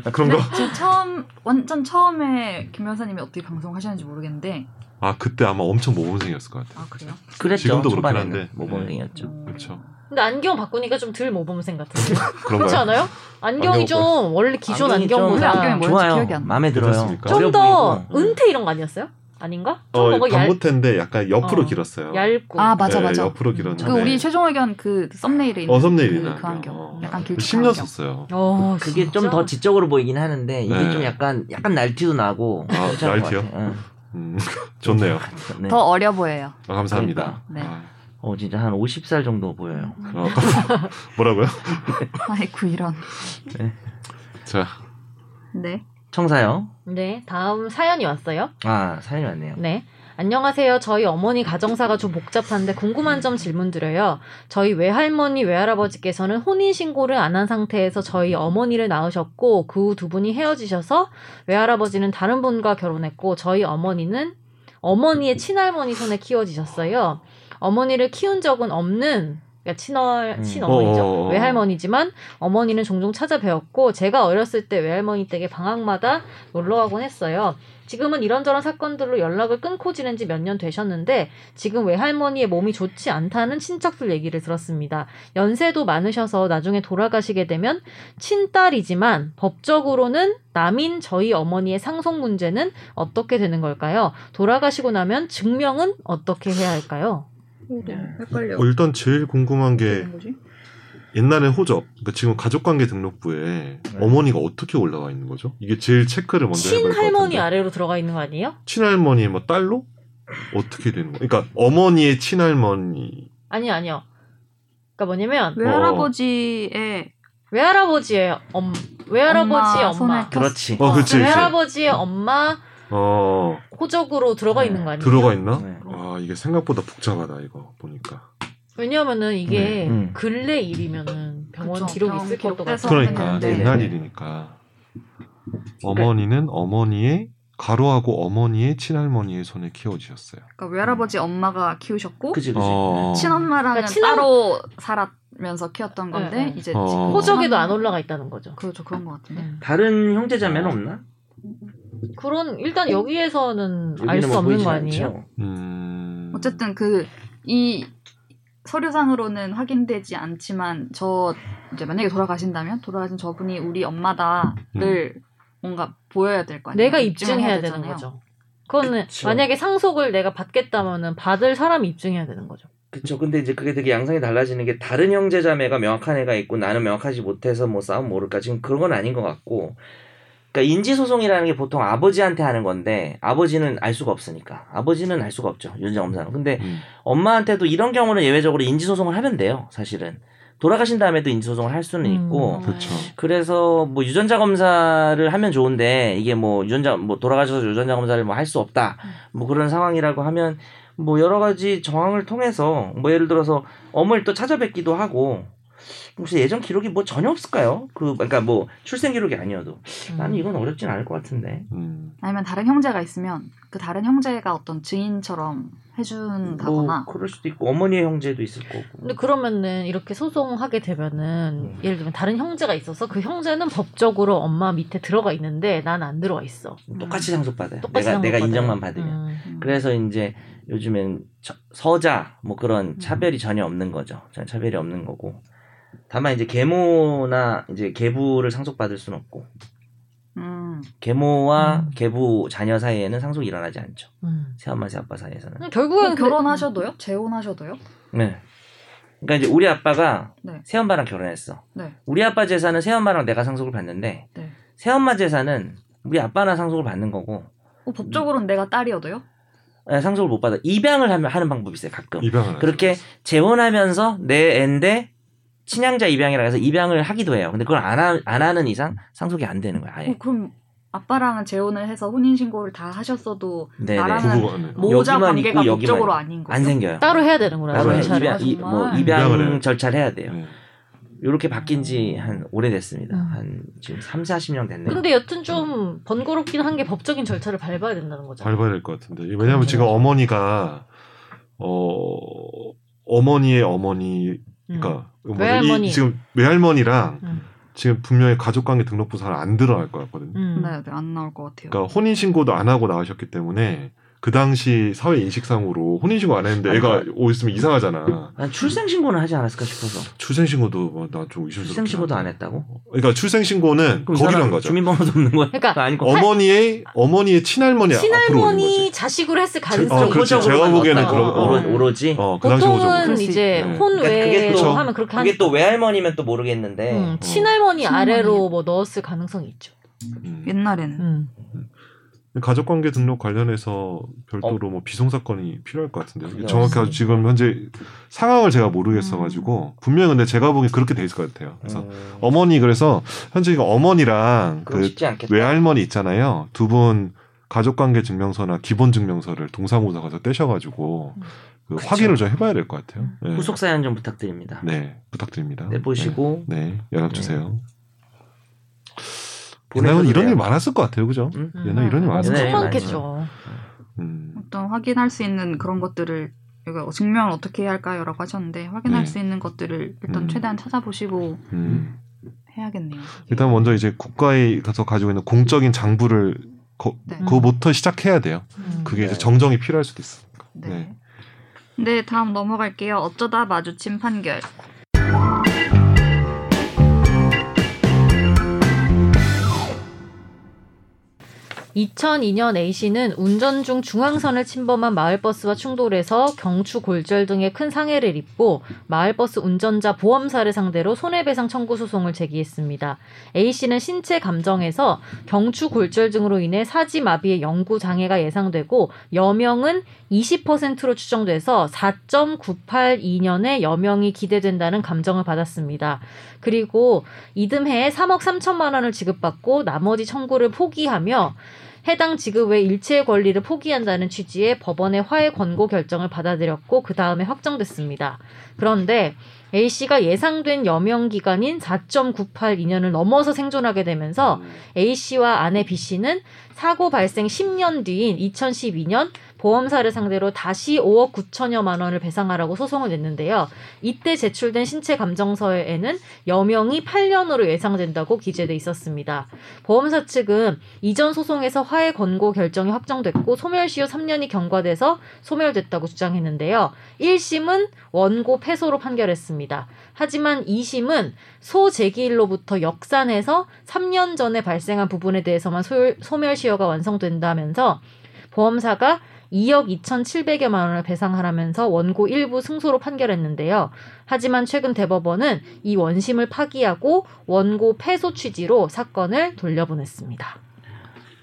Speaker 4: 거. 그런 거.
Speaker 2: 지금 처음 완전 처음에 김 변사님이 어떻게 방송하셨는지 모르겠는데
Speaker 4: 아 그때 아마 엄청 모범생이었을 것 같아.
Speaker 2: 아 그래요?
Speaker 1: 그랬죠.
Speaker 4: 지금도 그렇긴
Speaker 1: 초반에는 뭐
Speaker 4: 한데. 네.
Speaker 1: 모범생이었죠.
Speaker 2: 음.
Speaker 4: 그렇죠.
Speaker 3: 근데 안경 바꾸니까 좀 덜 모범생 같아요. 그렇지
Speaker 4: 그런가요?
Speaker 3: 않아요? 안경이
Speaker 4: 안경
Speaker 3: 좀 원래 기존
Speaker 1: 안경이 좀-
Speaker 2: 원래 안경이 뭐였지
Speaker 3: 안경보다
Speaker 1: 좋아요.
Speaker 2: 기억이 안 나.
Speaker 1: 마음에 들어요.
Speaker 4: 괜찮습니까?
Speaker 1: 어려
Speaker 3: 좀 더
Speaker 1: 보이고.
Speaker 3: 은퇴 이런 거 아니었어요? 아닌가? 좀
Speaker 4: 어,
Speaker 3: 뭔가 얇,
Speaker 4: 밤모태인데 약간 옆으로
Speaker 3: 어,
Speaker 4: 길었어요.
Speaker 3: 얇고
Speaker 2: 아 맞아
Speaker 4: 네,
Speaker 2: 맞아.
Speaker 4: 옆으로
Speaker 3: 음.
Speaker 4: 길었는데.
Speaker 2: 그 우리 최종 의견 그 썸네일에 있는
Speaker 4: 어 아, 썸네일이나
Speaker 2: 그,
Speaker 3: 아,
Speaker 2: 그 안경. 약간 길쭉한
Speaker 4: 10년
Speaker 2: 안경.
Speaker 4: 썼어요.
Speaker 3: 어,
Speaker 1: 그게
Speaker 3: 진짜?
Speaker 1: 좀 더 지적으로 보이긴 하는데 이게
Speaker 4: 네.
Speaker 1: 좀 약간 약간 날티도 나고
Speaker 4: 아,
Speaker 1: 괜찮은 것
Speaker 4: 날티요?
Speaker 1: 같아요. 응.
Speaker 4: 음, 좋네요.
Speaker 1: 네.
Speaker 2: 더 어려 보여요.
Speaker 4: 아, 감사합니다.
Speaker 2: 네.
Speaker 4: 아,
Speaker 1: 어 진짜 한 50살 정도 보여요.
Speaker 3: 음.
Speaker 4: 어, 뭐라고요?
Speaker 2: 아이쿠 이런.
Speaker 4: 자,
Speaker 2: 네.
Speaker 1: 청사요.
Speaker 3: 네, 다음 사연이 왔어요.
Speaker 1: 아 사연이 왔네요.
Speaker 3: 네. 안녕하세요. 저희 어머니 가정사가 좀 복잡한데 궁금한 점 질문 드려요. 저희 외할머니, 외할아버지께서는 혼인신고를 안 한 상태에서 저희 어머니를 낳으셨고, 그 후 두 분이 헤어지셔서 외할아버지는 다른 분과 결혼했고, 저희 어머니는 어머니의 친할머니 손에 키워지셨어요. 어머니를 키운 적은 없는, 그러니까 친얼,
Speaker 1: 음.
Speaker 3: 친어머니죠.
Speaker 4: 어어어.
Speaker 3: 외할머니지만 어머니는 종종 찾아뵈었고, 제가 어렸을 때 외할머니 댁에 방학마다 놀러가곤 했어요. 지금은 이런저런 사건들로 연락을 끊고 지낸 지 몇 년 되셨는데 지금 외할머니의 몸이 좋지 않다는 친척들 얘기를 들었습니다. 연세도 많으셔서 나중에 돌아가시게 되면 친딸이지만 법적으로는 남인 저희 어머니의 상속 문제는 어떻게 되는 걸까요? 돌아가시고 나면 증명은 어떻게 해야 할까요? 음, 네.
Speaker 1: 네.
Speaker 2: 헷갈려.
Speaker 4: 어, 일단 제일 궁금한 게
Speaker 2: 되는 거지?
Speaker 4: 옛날에 호적, 그러니까 지금 가족관계 등록부에 어머니가 어떻게 올라와 있는 거죠? 이게 제일 체크를 먼저 해봐야 될것
Speaker 3: 친할머니
Speaker 4: 같은데.
Speaker 3: 아래로 들어가 있는 거 아니에요?
Speaker 4: 친할머니 뭐 딸로 어떻게 되는 거? 그러니까 어머니의 친할머니
Speaker 3: 아니요, 아니요. 그러니까 뭐냐면
Speaker 2: 외할아버지의
Speaker 3: 외할아버지의 엄 외할아버지의
Speaker 2: 엄마
Speaker 3: 엄마,
Speaker 2: 손을
Speaker 1: 그렇지.
Speaker 4: 어 그렇지 그렇지
Speaker 3: 외할아버지의 엄마
Speaker 4: 어
Speaker 3: 호적으로 들어가
Speaker 1: 네,
Speaker 3: 있는 거 아니에요?
Speaker 4: 들어가 있나?
Speaker 1: 네.
Speaker 4: 아 이게 생각보다 복잡하다 이거 보니까
Speaker 3: 왜냐면은 이게
Speaker 1: 네, 음.
Speaker 3: 근래 일이면은 병원
Speaker 2: 그쵸,
Speaker 3: 기록이
Speaker 2: 병원
Speaker 3: 있을
Speaker 2: 기록
Speaker 3: 것도
Speaker 2: 빼서
Speaker 3: 같고
Speaker 4: 그러니까
Speaker 1: 네, 네.
Speaker 4: 옛날 일이니까 어머니는 어머니의 가로하고 어머니의 친할머니의 손에 키워주셨어요.
Speaker 2: 그러니까 외할아버지 엄마가 키우셨고
Speaker 1: 그지 그지.
Speaker 4: 어,
Speaker 2: 친엄마랑은
Speaker 3: 그러니까 친엄-
Speaker 2: 따로 살면서 키웠던 건데
Speaker 3: 네, 네.
Speaker 2: 이제
Speaker 4: 어.
Speaker 2: 지금
Speaker 3: 호적에도 안 올라가 있다는 거죠.
Speaker 2: 그렇죠 그런 것 같은데.
Speaker 3: 음.
Speaker 1: 네. 다른 형제
Speaker 4: 어.
Speaker 1: 자매는 없나?
Speaker 3: 그런 일단 여기에서는 알
Speaker 1: 여기는
Speaker 3: 수
Speaker 1: 뭐
Speaker 3: 없는
Speaker 1: 보이진
Speaker 3: 거 아니에요?
Speaker 1: 않죠.
Speaker 4: 음...
Speaker 2: 어쨌든 그 이 서류상으로는 확인되지 않지만 저 이제 만약에 돌아가신다면 돌아가신 저분이 우리 엄마다를
Speaker 1: 음.
Speaker 2: 뭔가 보여야 될 거 아니에요.
Speaker 3: 내가 입증해야 되는
Speaker 2: 되잖아요.
Speaker 3: 거죠. 그거는
Speaker 1: 그쵸.
Speaker 3: 만약에 상속을 내가 받겠다면은 받을 사람이 입증해야 되는 거죠.
Speaker 1: 그쵸. 근데 이제 그게 되게 양상이 달라지는 게 다른 형제 자매가 명확한 애가 있고 나는 명확하지 못해서 뭐 싸움 모를까 지금 그런 건 아닌 것 같고. 그러니까 인지 소송이라는 게 보통 아버지한테 하는 건데 아버지는 알 수가 없으니까 아버지는 알 수가 없죠 윤정엄사는. 근데
Speaker 4: 음.
Speaker 1: 엄마한테도 이런 경우는 예외적으로 인지 소송을 하면 돼요 사실은 돌아가신 다음에도 인지 소송을 할 수는 있고
Speaker 3: 음.
Speaker 4: 그렇죠.
Speaker 1: 그래서 뭐 유전자 검사를 하면 좋은데 이게 뭐 유전자 뭐 돌아가셔서 유전자 검사를 뭐 할 수 없다 뭐 그런 상황이라고 하면 뭐 여러 가지 정황을 통해서 뭐 예를 들어서 어머니 또 찾아뵙기도 하고 혹시 예전 기록이 뭐 전혀 없을까요? 그 그러니까 뭐 출생 기록이 아니어도
Speaker 3: 음.
Speaker 1: 나는 이건 어렵진 않을 것 같은데
Speaker 4: 음.
Speaker 2: 아니면 다른 형제가 있으면 그 다른 형제가 어떤 증인처럼 해준다거나
Speaker 1: 뭐 그럴 수도 있고 어머니의 형제도 있을 거고
Speaker 3: 음, 근데 그러면은 이렇게 소송하게 되면은
Speaker 1: 음.
Speaker 3: 예를 들면 다른 형제가 있어서 그 형제는 법적으로 엄마 밑에 들어가 있는데 난 안 들어가 있어.
Speaker 1: 똑같이 상속받아요.
Speaker 3: 똑같이
Speaker 1: 내가 내가
Speaker 3: 상속받아요.
Speaker 1: 인정만 받으면.
Speaker 3: 음.
Speaker 2: 음.
Speaker 1: 그래서 이제 요즘엔 처- 서자 뭐
Speaker 2: 음.
Speaker 1: 그런 차별이 전혀 없는 거죠. 전혀 차별이 없는 거고. 다만 이제 계모나 이제 계부를 상속받을 수는 없고
Speaker 2: 음.
Speaker 1: 계모와
Speaker 3: 음.
Speaker 1: 계부 자녀 사이에는 상속이 일어나지 않죠.
Speaker 3: 음.
Speaker 1: 새엄마 새아빠 사이에서는.
Speaker 2: 음.
Speaker 3: 근데 결국은 그래-
Speaker 2: 뭐 결혼하셔도요? 재혼하셔도요?
Speaker 1: 네. 그러니까 이제 우리 아빠가
Speaker 2: 네.
Speaker 1: 새엄마랑 결혼했어.
Speaker 2: 네.
Speaker 1: 우리 아빠 재산은 새엄마랑 내가 상속을 받는데
Speaker 2: 네.
Speaker 1: 새엄마 재산은 우리 아빠나 상속을 받는 거고
Speaker 2: 어, 법적으로는 내가 딸이어도요?
Speaker 1: 아, 상속을 못 받아. 입양을 하면 하는 방법이 있어요. 가끔.
Speaker 4: 입양을
Speaker 1: 그렇게
Speaker 4: 하죠.
Speaker 1: 재혼하면서 내 애인데 친양자 입양이라 해서 입양을 하기도 해요. 근데 그걸 안, 하, 안 하는 이상 상속이 안 되는 거야. 아예.
Speaker 2: 어, 그럼 아빠랑은 재혼을 해서 혼인 신고를 다 하셨어도
Speaker 1: 네,
Speaker 2: 나라는
Speaker 1: 네.
Speaker 4: 부부가 네.
Speaker 2: 모자
Speaker 1: 여기만
Speaker 2: 관계가
Speaker 1: 있고 여기만
Speaker 2: 법적으로
Speaker 1: 있고.
Speaker 2: 아닌 거예요.
Speaker 1: 안 생겨요.
Speaker 3: 따로 해야 되는구나.
Speaker 1: 따로 해.
Speaker 3: 절차를.
Speaker 1: 입양, 이, 뭐
Speaker 2: 정말.
Speaker 4: 입양을 해요.
Speaker 1: 입양 절차를 해야 돼요.
Speaker 4: 네.
Speaker 1: 이렇게 바뀐 지 한 오래됐습니다.
Speaker 3: 음.
Speaker 1: 한 지금 3, 40년 됐네요.
Speaker 3: 근데 여튼 좀 번거롭긴 한 게 법적인 절차를 밟아야 된다는 거죠.
Speaker 4: 밟아야 될 것 같은데 왜냐하면 지금 어머니가 어, 어머니의 어머니,
Speaker 3: 음.
Speaker 4: 그러니까 뭐
Speaker 3: 외할머니.
Speaker 4: 이, 지금 외할머니랑
Speaker 3: 음.
Speaker 4: 지금 분명히 가족관계 등록부 사를 안 들어갈 것 같거든요.
Speaker 3: 음.
Speaker 2: 네, 네, 안 나올 것 같아요.
Speaker 4: 그러니까 혼인신고도 안 하고 나오셨기 때문에 그 당시 사회 인식상으로 혼인신고 안 했는데
Speaker 1: 아니,
Speaker 4: 애가 오있으면 이상하잖아.
Speaker 1: 난 출생신고는 하지 않았을까 싶어서.
Speaker 4: 출생신고도 뭐 난좀 의심스럽긴
Speaker 1: 출생신고도
Speaker 4: 하다.
Speaker 1: 안 했다고?
Speaker 4: 그러니까 출생신고는
Speaker 1: 그럼 이
Speaker 4: 거기로
Speaker 1: 사람
Speaker 4: 한 거죠.
Speaker 1: 주민번호도 없는 거야?
Speaker 3: 그러니까
Speaker 1: 아니고.
Speaker 4: 어머니의 어머니의 친할머니 앞으로 오는 거지.
Speaker 3: 친할머니 자식으로 했을 가능성이
Speaker 4: 어, 그렇지.
Speaker 3: 있다고
Speaker 4: 제가 보기에는
Speaker 3: 봤다고.
Speaker 4: 그런 거.
Speaker 1: 그렇죠. 오로, 오로지.
Speaker 4: 어, 그 당시
Speaker 3: 보통은
Speaker 4: 호적으로.
Speaker 7: 그럴 수
Speaker 3: 이제
Speaker 4: 있죠.
Speaker 3: 혼
Speaker 1: 그러니까 그게
Speaker 3: 외로
Speaker 4: 또-
Speaker 3: 하면 그렇게
Speaker 1: 그게 네.
Speaker 3: 한
Speaker 1: 또 외할머니면 또 모르겠는데.
Speaker 3: 음, 친할머니 아래로 뭐 넣었을 가능성이 있죠.
Speaker 4: 음.
Speaker 2: 옛날에는
Speaker 3: 음.
Speaker 4: 가족관계 등록 관련해서
Speaker 1: 어.
Speaker 4: 별도로 뭐 비송 사건이 필요할 것 같은데요.
Speaker 1: 네,
Speaker 4: 정확히 아주 지금 현재 상황을 제가 모르겠어가지고 분명히 근데 제가 보기엔 그렇게 돼 있을 것 같아요. 그래서
Speaker 1: 음,
Speaker 4: 어머니 그래서 현재 이거 어머니랑
Speaker 1: 그건
Speaker 4: 그
Speaker 1: 쉽지 않겠다.
Speaker 4: 외할머니 있잖아요. 두 분 가족관계 증명서나 기본 증명서를 동사무소 가서 떼셔가지고 그
Speaker 1: 음. 그쵸.
Speaker 4: 확인을 좀 해봐야 될 것 같아요. 네.
Speaker 1: 후속 사연 좀 부탁드립니다.
Speaker 4: 네 부탁드립니다.
Speaker 1: 내보시고
Speaker 4: 네, 네, 연락 주세요.
Speaker 1: 보내셔도
Speaker 4: 옛날에는 이런
Speaker 1: 돼요.
Speaker 4: 일 많았을 것 같아요, 그죠?
Speaker 1: 음?
Speaker 3: 음.
Speaker 4: 옛날 이런 일 많았을 것
Speaker 1: 옛날에
Speaker 3: 엄청
Speaker 4: 같아요.
Speaker 1: 많이
Speaker 3: 많겠죠.
Speaker 4: 음,
Speaker 2: 어떤 확인할 수 있는 그런 것들을 이거 증명 어떻게 해야 할까요라고 하셨는데 확인할
Speaker 4: 네.
Speaker 2: 수 있는 것들을 일단
Speaker 4: 음.
Speaker 2: 최대한 찾아보시고
Speaker 4: 음.
Speaker 2: 해야겠네요.
Speaker 4: 일단 먼저 이제 국가에 가서 가지고 있는 공적인 장부를 거,
Speaker 2: 네.
Speaker 4: 그거부터 시작해야 돼요.
Speaker 3: 음.
Speaker 4: 그게 이제
Speaker 1: 네.
Speaker 4: 정정이 필요할 수도 있어.
Speaker 2: 네.
Speaker 4: 네.
Speaker 2: 네, 다음 넘어갈게요. 어쩌다 마주친 판결.
Speaker 3: 이 2002년 A씨는 운전 중 중앙선을 침범한 마을버스와 충돌해서 경추 골절 등의 큰 상해를 입고 마을버스 운전자 보험사를 상대로 손해배상 청구 소송을 제기했습니다. A씨는 신체 감정에서 경추 골절 등으로 인해 사지 마비의 영구 장애가 예상되고 여명은 20%로 추정돼서 4.982년의 여명이 기대된다는 감정을 받았습니다. 그리고 이듬해에 3억 3천만 원을 지급받고 나머지 청구를 포기하며 해당 지급 외 일체의 권리를 포기한다는 취지의 법원의 화해 권고 결정을 받아들였고 그 다음에 확정됐습니다. 그런데 A 씨가 예상된 여명 기간인 4.982년을 넘어서 생존하게 되면서 A 씨와 아내 B 씨는 사고 발생 10년 뒤인 2012년 보험사를 상대로 다시 5억 9천여만 원을 배상하라고 소송을 냈는데요. 이때 제출된 신체 감정서에는 여명이 8년으로 예상된다고 기재돼 있었습니다. 보험사 측은 이전 소송에서 화해 권고 결정이 확정됐고 소멸시효 3년이 경과돼서 소멸됐다고 주장했는데요. 1심은 원고 패소로 판결했습니다. 하지만 2심은 소제기일로부터 역산해서 3년 전에 발생한 부분에 대해서만 소- 소멸시효가 완성된다면서 보험사가 2억 2,700여만 원을 배상하라면서 원고 일부 승소로 판결했는데요. 하지만 최근 대법원은 이 원심을 파기하고 원고 패소 취지로 사건을 돌려보냈습니다.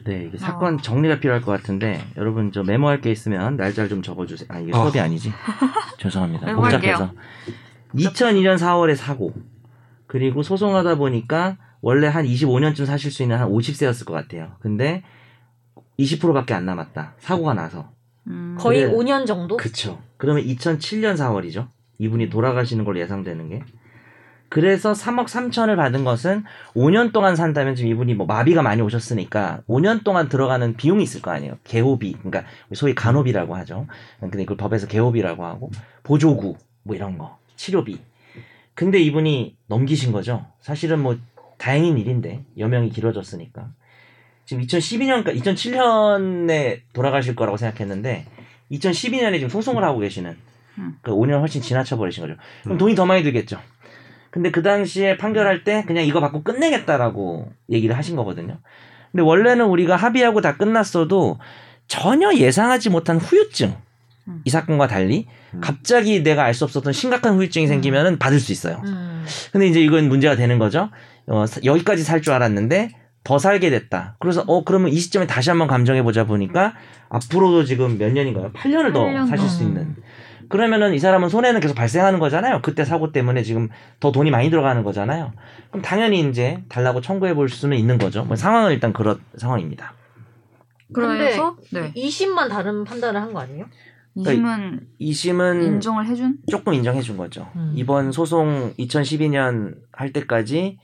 Speaker 1: 네, 이게 사건 정리가 필요할 것 같은데 여러분 저 메모할 게 있으면 날짜를 좀 적어주세요. 아 이게
Speaker 4: 아.
Speaker 1: 수업이 아니지. 죄송합니다.
Speaker 2: 메모할게요.
Speaker 1: 복잡해서. 2002년 4월에 사고 그리고 소송하다 보니까 원래 한 25년쯤 사실 수 있는 한 50세였을 것 같아요. 근데 20%밖에 안 남았다. 사고가 나서.
Speaker 2: 음,
Speaker 3: 거의
Speaker 1: 그래.
Speaker 3: 5년 정도?
Speaker 1: 그쵸. 그러면 2007년 4월이죠. 이분이 돌아가시는 걸로 예상되는 게. 그래서 3억 3천을 받은 것은 5년 동안 산다면 지금 이분이 뭐 마비가 많이 오셨으니까 5년 동안 들어가는 비용이 있을 거 아니에요. 개호비, 그러니까 소위 간호비라고 하죠. 근데 이걸 법에서 개호비라고 하고 보조구 뭐 이런 거 치료비. 근데 이분이 넘기신 거죠. 사실은 뭐 다행인 일인데 여명이 길어졌으니까 지금 2012년까 2007년에 돌아가실 거라고 생각했는데 2012년에 지금 소송을 하고 계시는
Speaker 2: 음.
Speaker 1: 그 5년 훨씬 지나쳐 버리신 거죠. 그럼
Speaker 4: 음.
Speaker 1: 돈이 더 많이 들겠죠. 근데 그 당시에 판결할 때 그냥 이거 받고 끝내겠다라고 얘기를 하신 거거든요. 근데 원래는 우리가 합의하고 다 끝났어도 전혀 예상하지 못한 후유증
Speaker 2: 음.
Speaker 1: 이 사건과 달리
Speaker 4: 음.
Speaker 1: 갑자기 내가 알 수 없었던 심각한
Speaker 2: 음.
Speaker 1: 후유증이 생기면은 받을 수 있어요.
Speaker 3: 음.
Speaker 1: 근데 이제 이건 문제가 되는 거죠. 어, 사- 여기까지 살 줄 알았는데 더 살게 됐다. 그래서 어 그러면 이 시점에 다시 한번 감정해 보자 보니까 앞으로도 지금 몇 년인가요? 8년을 더
Speaker 2: 8년
Speaker 1: 사실
Speaker 3: 더.
Speaker 1: 수 있는. 그러면은 이 사람은 손해는 계속 발생하는 거잖아요. 그때 사고 때문에 지금 더 돈이 많이 들어가는 거잖아요. 그럼 당연히 이제 달라고 청구해 볼 수는 있는 거죠. 뭐 상황은 일단 그런 상황입니다.
Speaker 2: 그래서 네.
Speaker 3: 20만 다른 판단을 한 거 아니에요?
Speaker 2: 이심은
Speaker 1: 이심은
Speaker 2: 인정을 해준
Speaker 1: 조금 인정해 준 거죠.
Speaker 3: 음.
Speaker 1: 이번 소송 2012년 할 때까지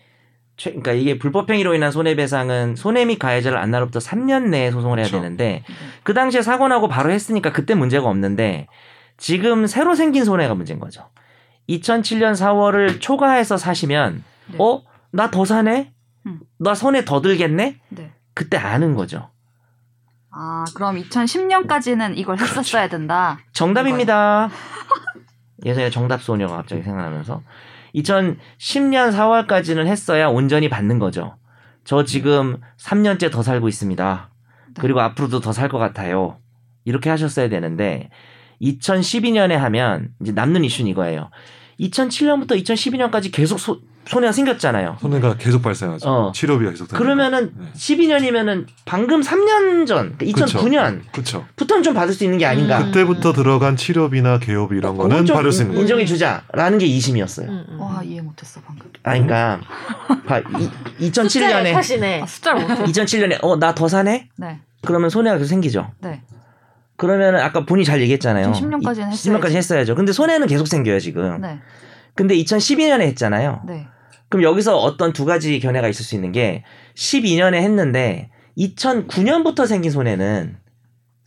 Speaker 1: 최, 그러니까 이게 불법행위로 인한 손해배상은 손해 및 가해자를 안 날로부터
Speaker 2: 그렇죠.
Speaker 1: 3년 내에 소송을 해야
Speaker 4: 그쵸.
Speaker 2: 네.
Speaker 1: 되는데 그 당시에 사고 나고 바로 했으니까 그때 문제가 없는데 지금 새로 생긴 손해가 문제인 거죠. 2007년 4월을 초과해서 사시면
Speaker 2: 네.
Speaker 1: 어? 나 더 사네?
Speaker 2: 음.
Speaker 1: 나 손해 더 들겠네?
Speaker 2: 네.
Speaker 1: 그때 아는 거죠.
Speaker 2: 아, 그럼 2010년까지는 이걸 했었어야 된다.
Speaker 1: 정답입니다. 예전에 정답 소녀가 갑자기 생각나면서 2010년 4월까지는 했어야 온전히 받는 거죠. 저 지금 3년째 더 살고 있습니다. 그리고 앞으로도 더 살 것 같아요. 이렇게 하셨어야 되는데 2012년에 하면 이제 남는 이슈는 이거예요. 2007년부터 2012년까지 계속 소- 손해가 생겼잖아요.
Speaker 4: 손해가 계속 발생하죠.
Speaker 1: 어.
Speaker 4: 치료비가 계속 들어가요.
Speaker 1: 그러면은
Speaker 4: 네.
Speaker 1: 12년이면은 방금 3년 전,
Speaker 4: 그쵸.
Speaker 1: 2009년
Speaker 4: 그렇죠.
Speaker 1: 부터는 좀 받을 수 있는 게 아닌가.
Speaker 3: 음.
Speaker 4: 그때부터 들어간 치료비나 개요비 이런 거는
Speaker 1: 어, 인정-
Speaker 4: 받을 수 있는 거죠.
Speaker 1: 인정해 주자라는 게 2심이었어요.
Speaker 3: 음, 음.
Speaker 2: 와, 이해 못했어, 방금.
Speaker 1: 아, 그러니까
Speaker 4: 음.
Speaker 1: 봐, 이, 2007년에
Speaker 3: 사시네.
Speaker 2: 아, 숫자를 못해.
Speaker 1: 2007년에 어 나 더 사네?
Speaker 2: 네.
Speaker 1: 그러면 손해가 계속 생기죠.
Speaker 2: 네.
Speaker 1: 그러면 아까 본인이 잘 얘기했잖아요.
Speaker 2: 2010년까지는 했어야지.
Speaker 1: 10년까지 했어야죠. 근데 손해는 계속 생겨요 지금.
Speaker 2: 네.
Speaker 1: 근데 2012년에 했잖아요.
Speaker 2: 네.
Speaker 1: 그럼 여기서 어떤 두 가지 견해가 있을 수 있는 게 12년에 했는데 2009년부터 생긴 손해는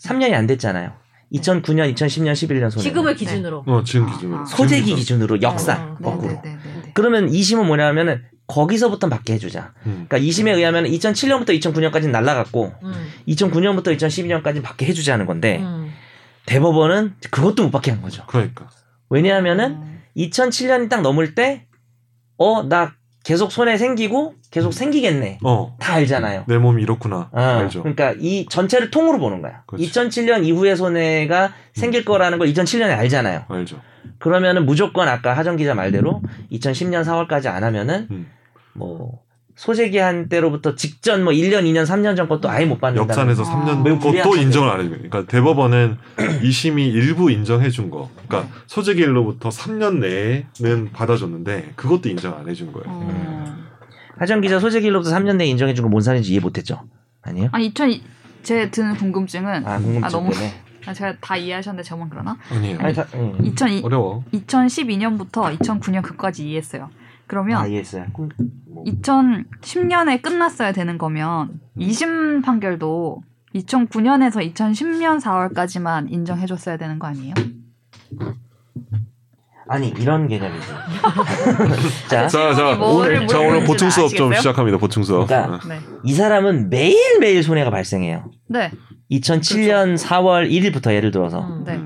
Speaker 1: 3년이 안 됐잖아요. 2009년, 2010년, 11년 손해.
Speaker 3: 지금을 기준으로.
Speaker 4: 어, 지금 기준으로.
Speaker 2: 아,
Speaker 1: 소재기 기준으로 역사
Speaker 3: 어,
Speaker 2: 네,
Speaker 1: 거꾸로.
Speaker 2: 네, 네, 네.
Speaker 1: 그러면 2심은 뭐냐면은 거기서부터 맞게 해주자.
Speaker 4: 음.
Speaker 1: 그러니까 2심에 의하면 2007년부터 2009년까지는 날라갔고
Speaker 3: 음,
Speaker 1: 2009년부터 2012년까지 받게 해주자는 건데
Speaker 3: 음.
Speaker 1: 대법원은 그것도 못 받게 한 거죠.
Speaker 4: 그러니까.
Speaker 1: 왜냐하면은
Speaker 2: 음,
Speaker 1: 2007년이 딱 넘을 때 어, 나 계속 손해 생기고 계속 생기겠네.
Speaker 4: 어.
Speaker 1: 다 알잖아요.
Speaker 4: 내 몸이 이렇구나.
Speaker 1: 어,
Speaker 4: 알죠.
Speaker 1: 그러니까 이 전체를 통으로 보는 거야.
Speaker 4: 그렇죠. 음.
Speaker 1: 2007년 이후의 손해가 생길 거라는 걸 2007년에 알잖아요.
Speaker 4: 알죠.
Speaker 1: 그러면은 무조건 아까 하정 기자 말대로 2010년 4월까지 안 하면은
Speaker 4: 음.
Speaker 1: 뭐 소재기 한 때로부터 직전 뭐 1년, 2년, 3년 전 것도 아예 못 받는다.
Speaker 4: 역산에서
Speaker 2: 아.
Speaker 4: 3년
Speaker 1: 매우
Speaker 4: 것도
Speaker 1: 불리하죠.
Speaker 4: 인정을 안 해줘요. 그러니까 대법원은 이심이 일부 인정해 준 거. 그러니까 소재길로부터 3년 내에는 받아줬는데 그것도 인정 안 해준 거예요.
Speaker 2: 어.
Speaker 1: 하정 기자 소재기로부터 3년 내에 인정해준 건 뭔 사인지 이해 못했죠? 아니에요?
Speaker 2: 아, 2000, 제 드는 궁금증은,
Speaker 1: 아 궁금증
Speaker 2: 아, 너무-
Speaker 1: 때문에.
Speaker 2: 아, 제가 다 이해하셨는데 저만 그러나?
Speaker 4: 아니에요.
Speaker 1: 아니, 다, 음.
Speaker 2: 2002,
Speaker 4: 어려워.
Speaker 2: 2012년부터 2009년 그까지 이해했어요. 그러면
Speaker 1: 아 이해했어요.
Speaker 2: 2010년에 끝났어야 되는 거면 2심 판결도 2009년에서 2010년 4월까지만 인정해줬어야 되는 거 아니에요?
Speaker 1: 아니 이런 개념이죠. 자,
Speaker 4: 자, 자,
Speaker 2: 뭐를
Speaker 4: 오늘, 자,
Speaker 2: 물어보는지는
Speaker 4: 오늘 보충 수업 좀
Speaker 2: 아시겠어요?
Speaker 4: 시작합니다. 보충 수업.
Speaker 1: 그러니까-
Speaker 2: 네.
Speaker 1: 이 사람은 매일 매일 손해가 발생해요.
Speaker 2: 네.
Speaker 1: 2007년 4월 1일부터 예를 들어서.
Speaker 3: 음.
Speaker 2: 네.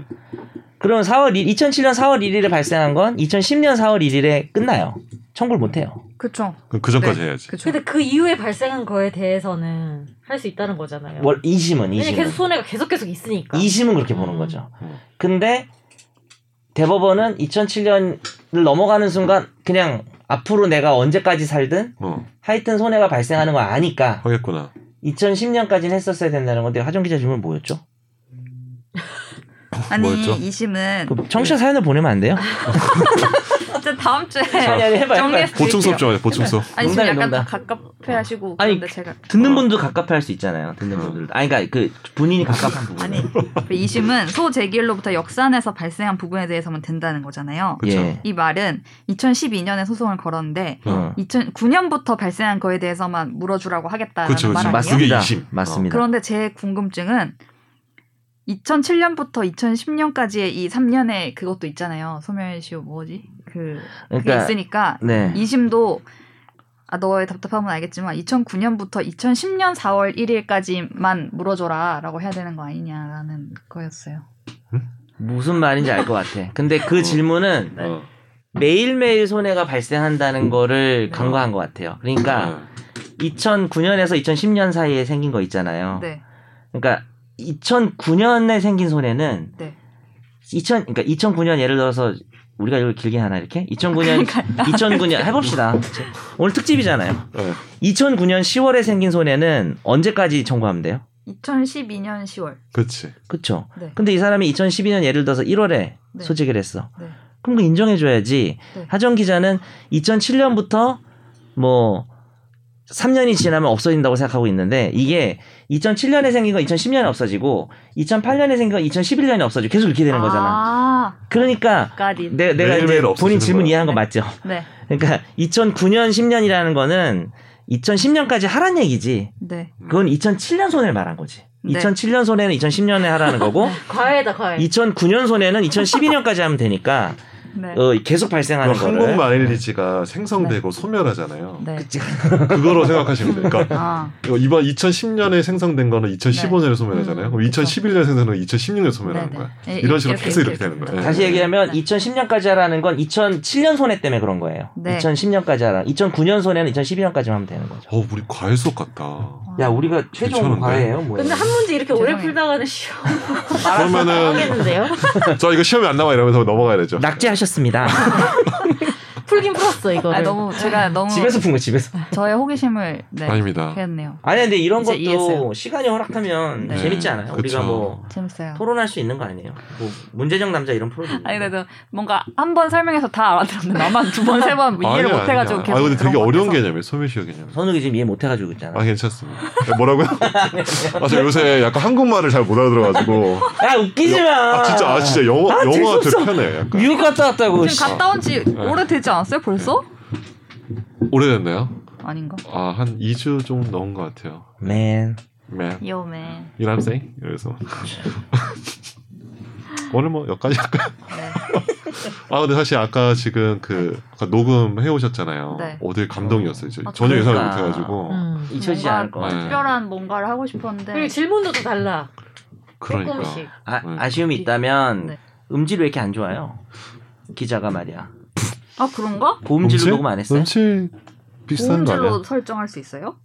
Speaker 1: 그럼 4월 1, 2007년 4월 1일에 발생한 건 2010년 4월 1일에 끝나요. 청구를 못 해요.
Speaker 2: 그쵸.
Speaker 4: 그- 그 전까지
Speaker 2: 네.
Speaker 4: 해야지.
Speaker 2: 그쵸.
Speaker 3: 근데 그 이후에 발생한 거에 대해서는 할 수 있다는 거잖아요.
Speaker 1: 월 2심은
Speaker 3: 왜냐 계속
Speaker 1: 2심은
Speaker 3: 손해가 계속 계속 있으니까.
Speaker 1: 2심은 그렇게 보는
Speaker 3: 음.
Speaker 1: 거죠.
Speaker 4: 음.
Speaker 1: 근데 대법원은 2007년을 넘어가는 순간 그냥 앞으로 내가 언제까지 살든
Speaker 4: 어,
Speaker 1: 하여튼 손해가 발생하는 걸 아니까
Speaker 4: 하겠구나.
Speaker 2: 네.
Speaker 1: 2010년까지는 했었어야 된다는 건데 하정 기자 질문 뭐였죠?
Speaker 2: 아니,
Speaker 4: 뭐였죠?
Speaker 2: 2심은
Speaker 1: 그 청취자 사연을 보내면 안 돼요?
Speaker 2: 어쨌든 다음 주에
Speaker 1: 아니 아니 해봐요.
Speaker 2: 정리해
Speaker 1: 해봐요.
Speaker 2: 드릴게요.
Speaker 4: 보충 수업 좀 하자. 보충 수업.
Speaker 2: 아니 지금
Speaker 1: 농담이에요,
Speaker 2: 약간
Speaker 1: 농담.
Speaker 2: 갑갑해 하시고
Speaker 1: 아니,
Speaker 2: 그런데 제가
Speaker 1: 듣는 분도 갑갑해할 수 있잖아요. 듣는 분들. 아니 그러니까 그 본인이 갑갑한 부분.
Speaker 2: 아니 2심은 그 소재기일로부터 역산에서 발생한 부분에 대해서만 된다는 거잖아요.
Speaker 4: 그쵸.
Speaker 1: 예.
Speaker 2: 이 말은 2012년에 소송을 걸었는데
Speaker 1: 어.
Speaker 2: 2009년부터 발생한 거에 대해서만 물어주라고 하겠다라는
Speaker 4: 그쵸, 그쵸.
Speaker 2: 말 아니에요?
Speaker 4: 그게
Speaker 1: 그렇죠, 맞습니다.
Speaker 4: 이심.
Speaker 1: 맞습니다.
Speaker 2: 그런데 제 궁금증은 2007년부터 2010년까지의 이 3년에 그것도 있잖아요. 소멸시효 뭐지? 그 그게
Speaker 1: 그러니까
Speaker 2: 있으니까
Speaker 1: 네.
Speaker 2: 이심도 아 너의 답답함은 알겠지만 2009년부터 2010년 4월 1일까지만 물어줘라라고 해야 되는 거 아니냐라는 거였어요.
Speaker 1: 무슨 말인지 알 것 같아. 근데 그 질문은
Speaker 2: 네.
Speaker 4: 어.
Speaker 1: 매일매일 손해가 발생한다는 거를 간과한 것 같아요.
Speaker 4: 음.
Speaker 1: 그러니까 2009년에서 2010년 사이에 생긴 거 있잖아요.
Speaker 2: 네,
Speaker 1: 그러니까 2009년에 생긴 손해는
Speaker 2: 네.
Speaker 1: 2000 그러니까 2009년 예를 들어서 우리가 이걸 길게 하나 이렇게 2009년 2009년 해봅시다. 오늘 특집이잖아요.
Speaker 4: 네.
Speaker 1: 2009년 10월에 생긴 손해는 언제까지 청구하면 돼요?
Speaker 2: 2012년 10월.
Speaker 4: 그렇지.
Speaker 1: 그렇죠.
Speaker 2: 네.
Speaker 1: 근데 이 사람이 2012년 예를 들어서 1월에
Speaker 2: 네.
Speaker 1: 소직을 했어.
Speaker 2: 네.
Speaker 1: 그럼 그 인정해줘야지.
Speaker 2: 네.
Speaker 1: 하정 기자는 2007년부터 뭐 3년이 지나면 없어진다고 생각하고 있는데 이게 2007년에 생긴 건 2010년에 없어지고 2008년에 생긴 건 2011년에 없어지고 계속 이렇게 되는 거잖아.
Speaker 2: 아,
Speaker 1: 그러니까
Speaker 2: 까리.
Speaker 1: 내, 내가 이제
Speaker 4: 매일매일
Speaker 1: 본인
Speaker 4: 없어지는
Speaker 1: 질문
Speaker 4: 거야.
Speaker 1: 이해한 거 맞죠?
Speaker 2: 네,
Speaker 1: 그러니까 2009년 10년이라는 거는 2010년까지 하란 얘기지.
Speaker 2: 네.
Speaker 1: 그건 2007년 손해를 말한 거지.
Speaker 2: 네.
Speaker 1: 2007년 손해는 2010년에 하라는 거고
Speaker 3: 과외다 과외.
Speaker 1: 2009년 손해는 2012년까지 하면 되니까
Speaker 2: 네.
Speaker 1: 어, 계속 발생하는 거를
Speaker 4: 항공 마일리지가 생성되고 소멸하잖아요.
Speaker 2: 네.
Speaker 1: 그치.
Speaker 4: 그거로 생각하시면 돼요. 그러니까
Speaker 2: 아,
Speaker 4: 이거 이번 2010년에 생성된 거는 2015년에 소멸하잖아요.
Speaker 2: 음,
Speaker 4: 그럼
Speaker 2: 그쵸.
Speaker 4: 2011년 생성은 2016년에 소멸하는
Speaker 2: 네네.
Speaker 4: 거야.
Speaker 2: 예,
Speaker 4: 뭐 이런 식으로 계속 이렇게 되는 거예요.
Speaker 1: 다시 얘기하면 2010년까지 하라는 건 2007년 손해 때문에 그런 거예요.
Speaker 2: 네.
Speaker 1: 2010년까지 하라. 2009년 손해는 2012년까지만 하면 되는 거죠.
Speaker 4: 어, 우리 과외 수업 같다.
Speaker 1: 야, 우리가
Speaker 4: 아, 괜찮은데?
Speaker 1: 최종 과외예요, 뭐예요?
Speaker 3: 근데 한 문제 이렇게 오래
Speaker 2: 죄송해요.
Speaker 3: 풀다가는 쉬워.
Speaker 4: 그러면은
Speaker 3: 하겠는데요?
Speaker 2: 네.
Speaker 4: 저 이거 시험이 안 나와 이러면서 넘어가야 되죠.
Speaker 1: 낙제하셨습니다.
Speaker 3: 풀긴 풀었어 이거를.
Speaker 2: 아, 너무 제가 너무
Speaker 1: 집에서 푼 거, 집에서.
Speaker 2: 저의 호기심을 네.
Speaker 4: 아닙니다.
Speaker 2: 그랬네요.
Speaker 1: 아니, 근데 이런 것도
Speaker 2: 이제 이해했어요.
Speaker 1: 시간이 허락하면
Speaker 2: 네.
Speaker 1: 재밌지 않아요? 우리가
Speaker 4: 그쵸.
Speaker 1: 뭐
Speaker 2: 재밌어요.
Speaker 1: 토론할 수 있는 거 아니에요? 뭐 문제적 남자 이런 프로도. 있는데.
Speaker 2: 아니 그래도 뭔가 한 번 설명해서 다 알아들었는데 나만 두 번 세 번뭐 이해를
Speaker 4: 아니야,
Speaker 2: 못 해가지고
Speaker 4: 아니야.
Speaker 2: 계속
Speaker 4: 아, 근데 되게
Speaker 2: 그런
Speaker 4: 어려운
Speaker 2: 것 같아서.
Speaker 4: 개념이에요. 소멸시효 개념.
Speaker 1: 선욱이 지금 이해 못 해가지고 있잖아.
Speaker 4: 아, 괜찮습니다. 뭐라고요? 아, 저 요새 약간 한국말을 잘 못 알아들어가지고.
Speaker 1: 야, 웃기지 마.
Speaker 4: 아, 진짜, 아, 진짜 영어,
Speaker 1: 아,
Speaker 4: 영어가 되게
Speaker 1: 재수없어.
Speaker 4: 편해. 약간.
Speaker 1: 미국 갔다 왔다고. 씨.
Speaker 2: 지금 갔다 온 지
Speaker 4: 네.
Speaker 2: 오래되지 않았어요 벌써?
Speaker 4: 오래됐나요?
Speaker 2: 아닌가?
Speaker 4: 아, 한 2주 좀 넘은 것 같아요.
Speaker 1: Man.
Speaker 4: Man.
Speaker 2: 요맨
Speaker 4: You know what I'm saying? 이래서. 오늘 뭐 여기까지 할까요?
Speaker 1: 네.
Speaker 4: 아 근데 사실 아까 지금 그 아까 녹음해 오셨잖아요.
Speaker 2: 네.
Speaker 4: 오늘 감동이었어요. 저-
Speaker 2: 아,
Speaker 4: 전혀 예상을
Speaker 1: 그러니까.
Speaker 4: 못해가지고
Speaker 3: 음.
Speaker 1: 잊혀지지
Speaker 2: 뭔가
Speaker 1: 않을 것 같아.
Speaker 4: 네.
Speaker 2: 특별한 뭔가를 하고 싶었는데
Speaker 3: 그리고 질문도 또 달라.
Speaker 4: 그러니까
Speaker 3: 조금씩.
Speaker 1: 아,
Speaker 4: 네.
Speaker 1: 아쉬움이 있다면
Speaker 2: 네.
Speaker 1: 음질 왜 이렇게 안 좋아요? 기자가 말이야.
Speaker 2: 아 그런가?
Speaker 1: 고음질로 녹음 안 했어요?
Speaker 4: 음질 비슷한 거 아니야?
Speaker 2: 고음질로 설정할 수 있어요?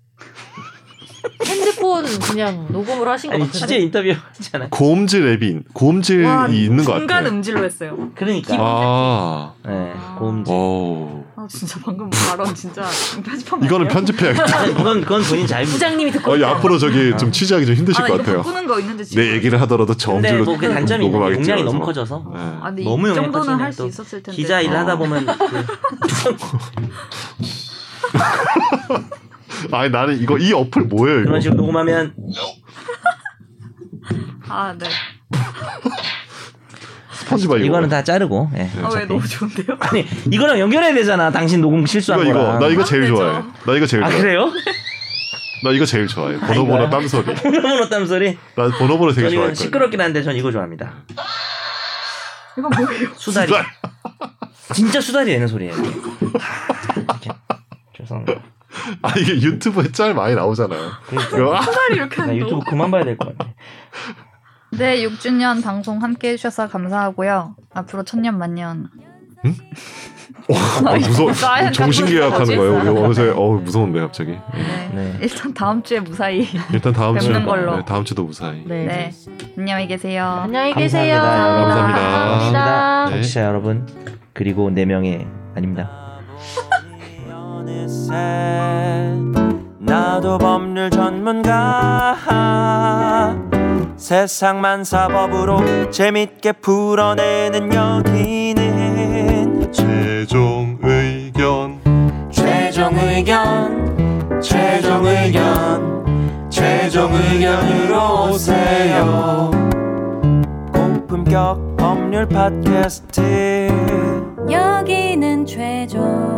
Speaker 3: 핸드폰 그냥 녹음을 하신 것
Speaker 1: 아니
Speaker 3: 같은데.
Speaker 1: 취재 인터뷰 하잖아요.
Speaker 4: 고음질 앱이 있- 고음질이
Speaker 2: 와,
Speaker 4: 있는 것
Speaker 2: 중간
Speaker 4: 같아요.
Speaker 2: 음질로 했어요.
Speaker 1: 그러니까.
Speaker 4: 아,
Speaker 1: 네, 고음질.
Speaker 4: 오,
Speaker 2: 아 진짜 방금 발언 진짜 편집하면 안
Speaker 4: 이거는
Speaker 2: 돼요?
Speaker 4: 편집해야겠다.
Speaker 1: 아니, 그건 그건 본인 자유.
Speaker 3: 부장님이 듣고
Speaker 4: 어, 이
Speaker 3: 있다.
Speaker 4: 앞으로 저기 좀 취재하기 좀 힘드실
Speaker 2: 아
Speaker 4: 것
Speaker 2: 이거
Speaker 4: 같아요.
Speaker 2: 바꾸는 거 있는데 지금
Speaker 4: 내 얘기를 하더라도
Speaker 1: 근데
Speaker 4: 저음질로
Speaker 1: 뭐 그 단점이 있는 게
Speaker 4: 녹음하겠지.
Speaker 1: 용량이
Speaker 4: 그래서.
Speaker 1: 너무 커져서
Speaker 4: 네.
Speaker 2: 아, 근데
Speaker 1: 너무
Speaker 2: 이 정도는
Speaker 1: 영향이
Speaker 2: 할 수
Speaker 1: 또
Speaker 2: 있었을 텐데
Speaker 1: 기자 일
Speaker 4: 어.
Speaker 1: 하다 보면 그
Speaker 4: 아니 나는 이거 이 어플 뭐예요? 이거?
Speaker 1: 그런 식으로 녹음하면
Speaker 2: 아네
Speaker 4: 스펀지바 아, 이거.
Speaker 1: 이거는 다 자르고. 예.
Speaker 4: 네.
Speaker 2: 아, 왜
Speaker 1: 어차피.
Speaker 2: 너무 좋은데요?
Speaker 1: 아니 이거랑 연결해야 되잖아. 당신 녹음 실수한
Speaker 4: 이거
Speaker 1: 거랑.
Speaker 4: 이거 나 이거 제일
Speaker 2: 되죠.
Speaker 4: 좋아해. 나 이거 제일
Speaker 1: 아
Speaker 4: 좋아해.
Speaker 1: 그래요?
Speaker 4: 나 이거 제일 좋아해. 번호번호
Speaker 1: 이거야?
Speaker 4: 땀소리.
Speaker 1: 번호번호 땀소리.
Speaker 4: 나 번호번호
Speaker 1: 전
Speaker 4: 되게
Speaker 1: 이건
Speaker 4: 좋아할 거야.
Speaker 1: 시끄럽긴 한데 전 이거 좋아합니다.
Speaker 2: 이건 뭐예요?
Speaker 1: 수다리. 진짜 수다리 내는 소리예요. 이렇게. 죄송합니다.
Speaker 4: 아 이게 유튜브에 짤 많이 나오잖아요.
Speaker 1: 그러니까.
Speaker 4: 이거 아,
Speaker 2: 수다리 이렇게
Speaker 1: 나
Speaker 2: 하는
Speaker 1: 유튜브
Speaker 2: 거?
Speaker 1: 그만 봐야 될 것 같아.
Speaker 2: 네 6주년 방송 함께 해주셔서 감사하고요 앞으로 천년 만년
Speaker 1: 아,
Speaker 4: 어, 무서워.
Speaker 2: 나의
Speaker 4: 정신
Speaker 2: 생각보다
Speaker 4: 계약하는 거예요. 우리
Speaker 2: 멋있어요.
Speaker 4: 어제 어 무서운데 갑자기.
Speaker 2: 네.
Speaker 1: 네.
Speaker 2: 일단 다음 주에 무사히
Speaker 4: 일단 다음 주
Speaker 2: 뵙는 걸로.
Speaker 4: 네, 다음 주도 무사히.
Speaker 3: 네.
Speaker 2: 네 안녕히 계세요
Speaker 3: 안녕히 계세요.
Speaker 1: 감사합니다, 여러분.
Speaker 4: 감사합니다.
Speaker 3: 감사합니다.
Speaker 4: 네.
Speaker 1: 청취자 여러분 그리고 네 명의 아닙니다.
Speaker 9: 아버지 어느새 나도 법률 전문가 세상만 사법으로 재밌게 풀어내는 여기는
Speaker 4: 최종 의견.
Speaker 9: 최종 의견 최종 의견 최종 의견으로 오세요 고품격 법률 팟캐스트
Speaker 10: 여기는 최종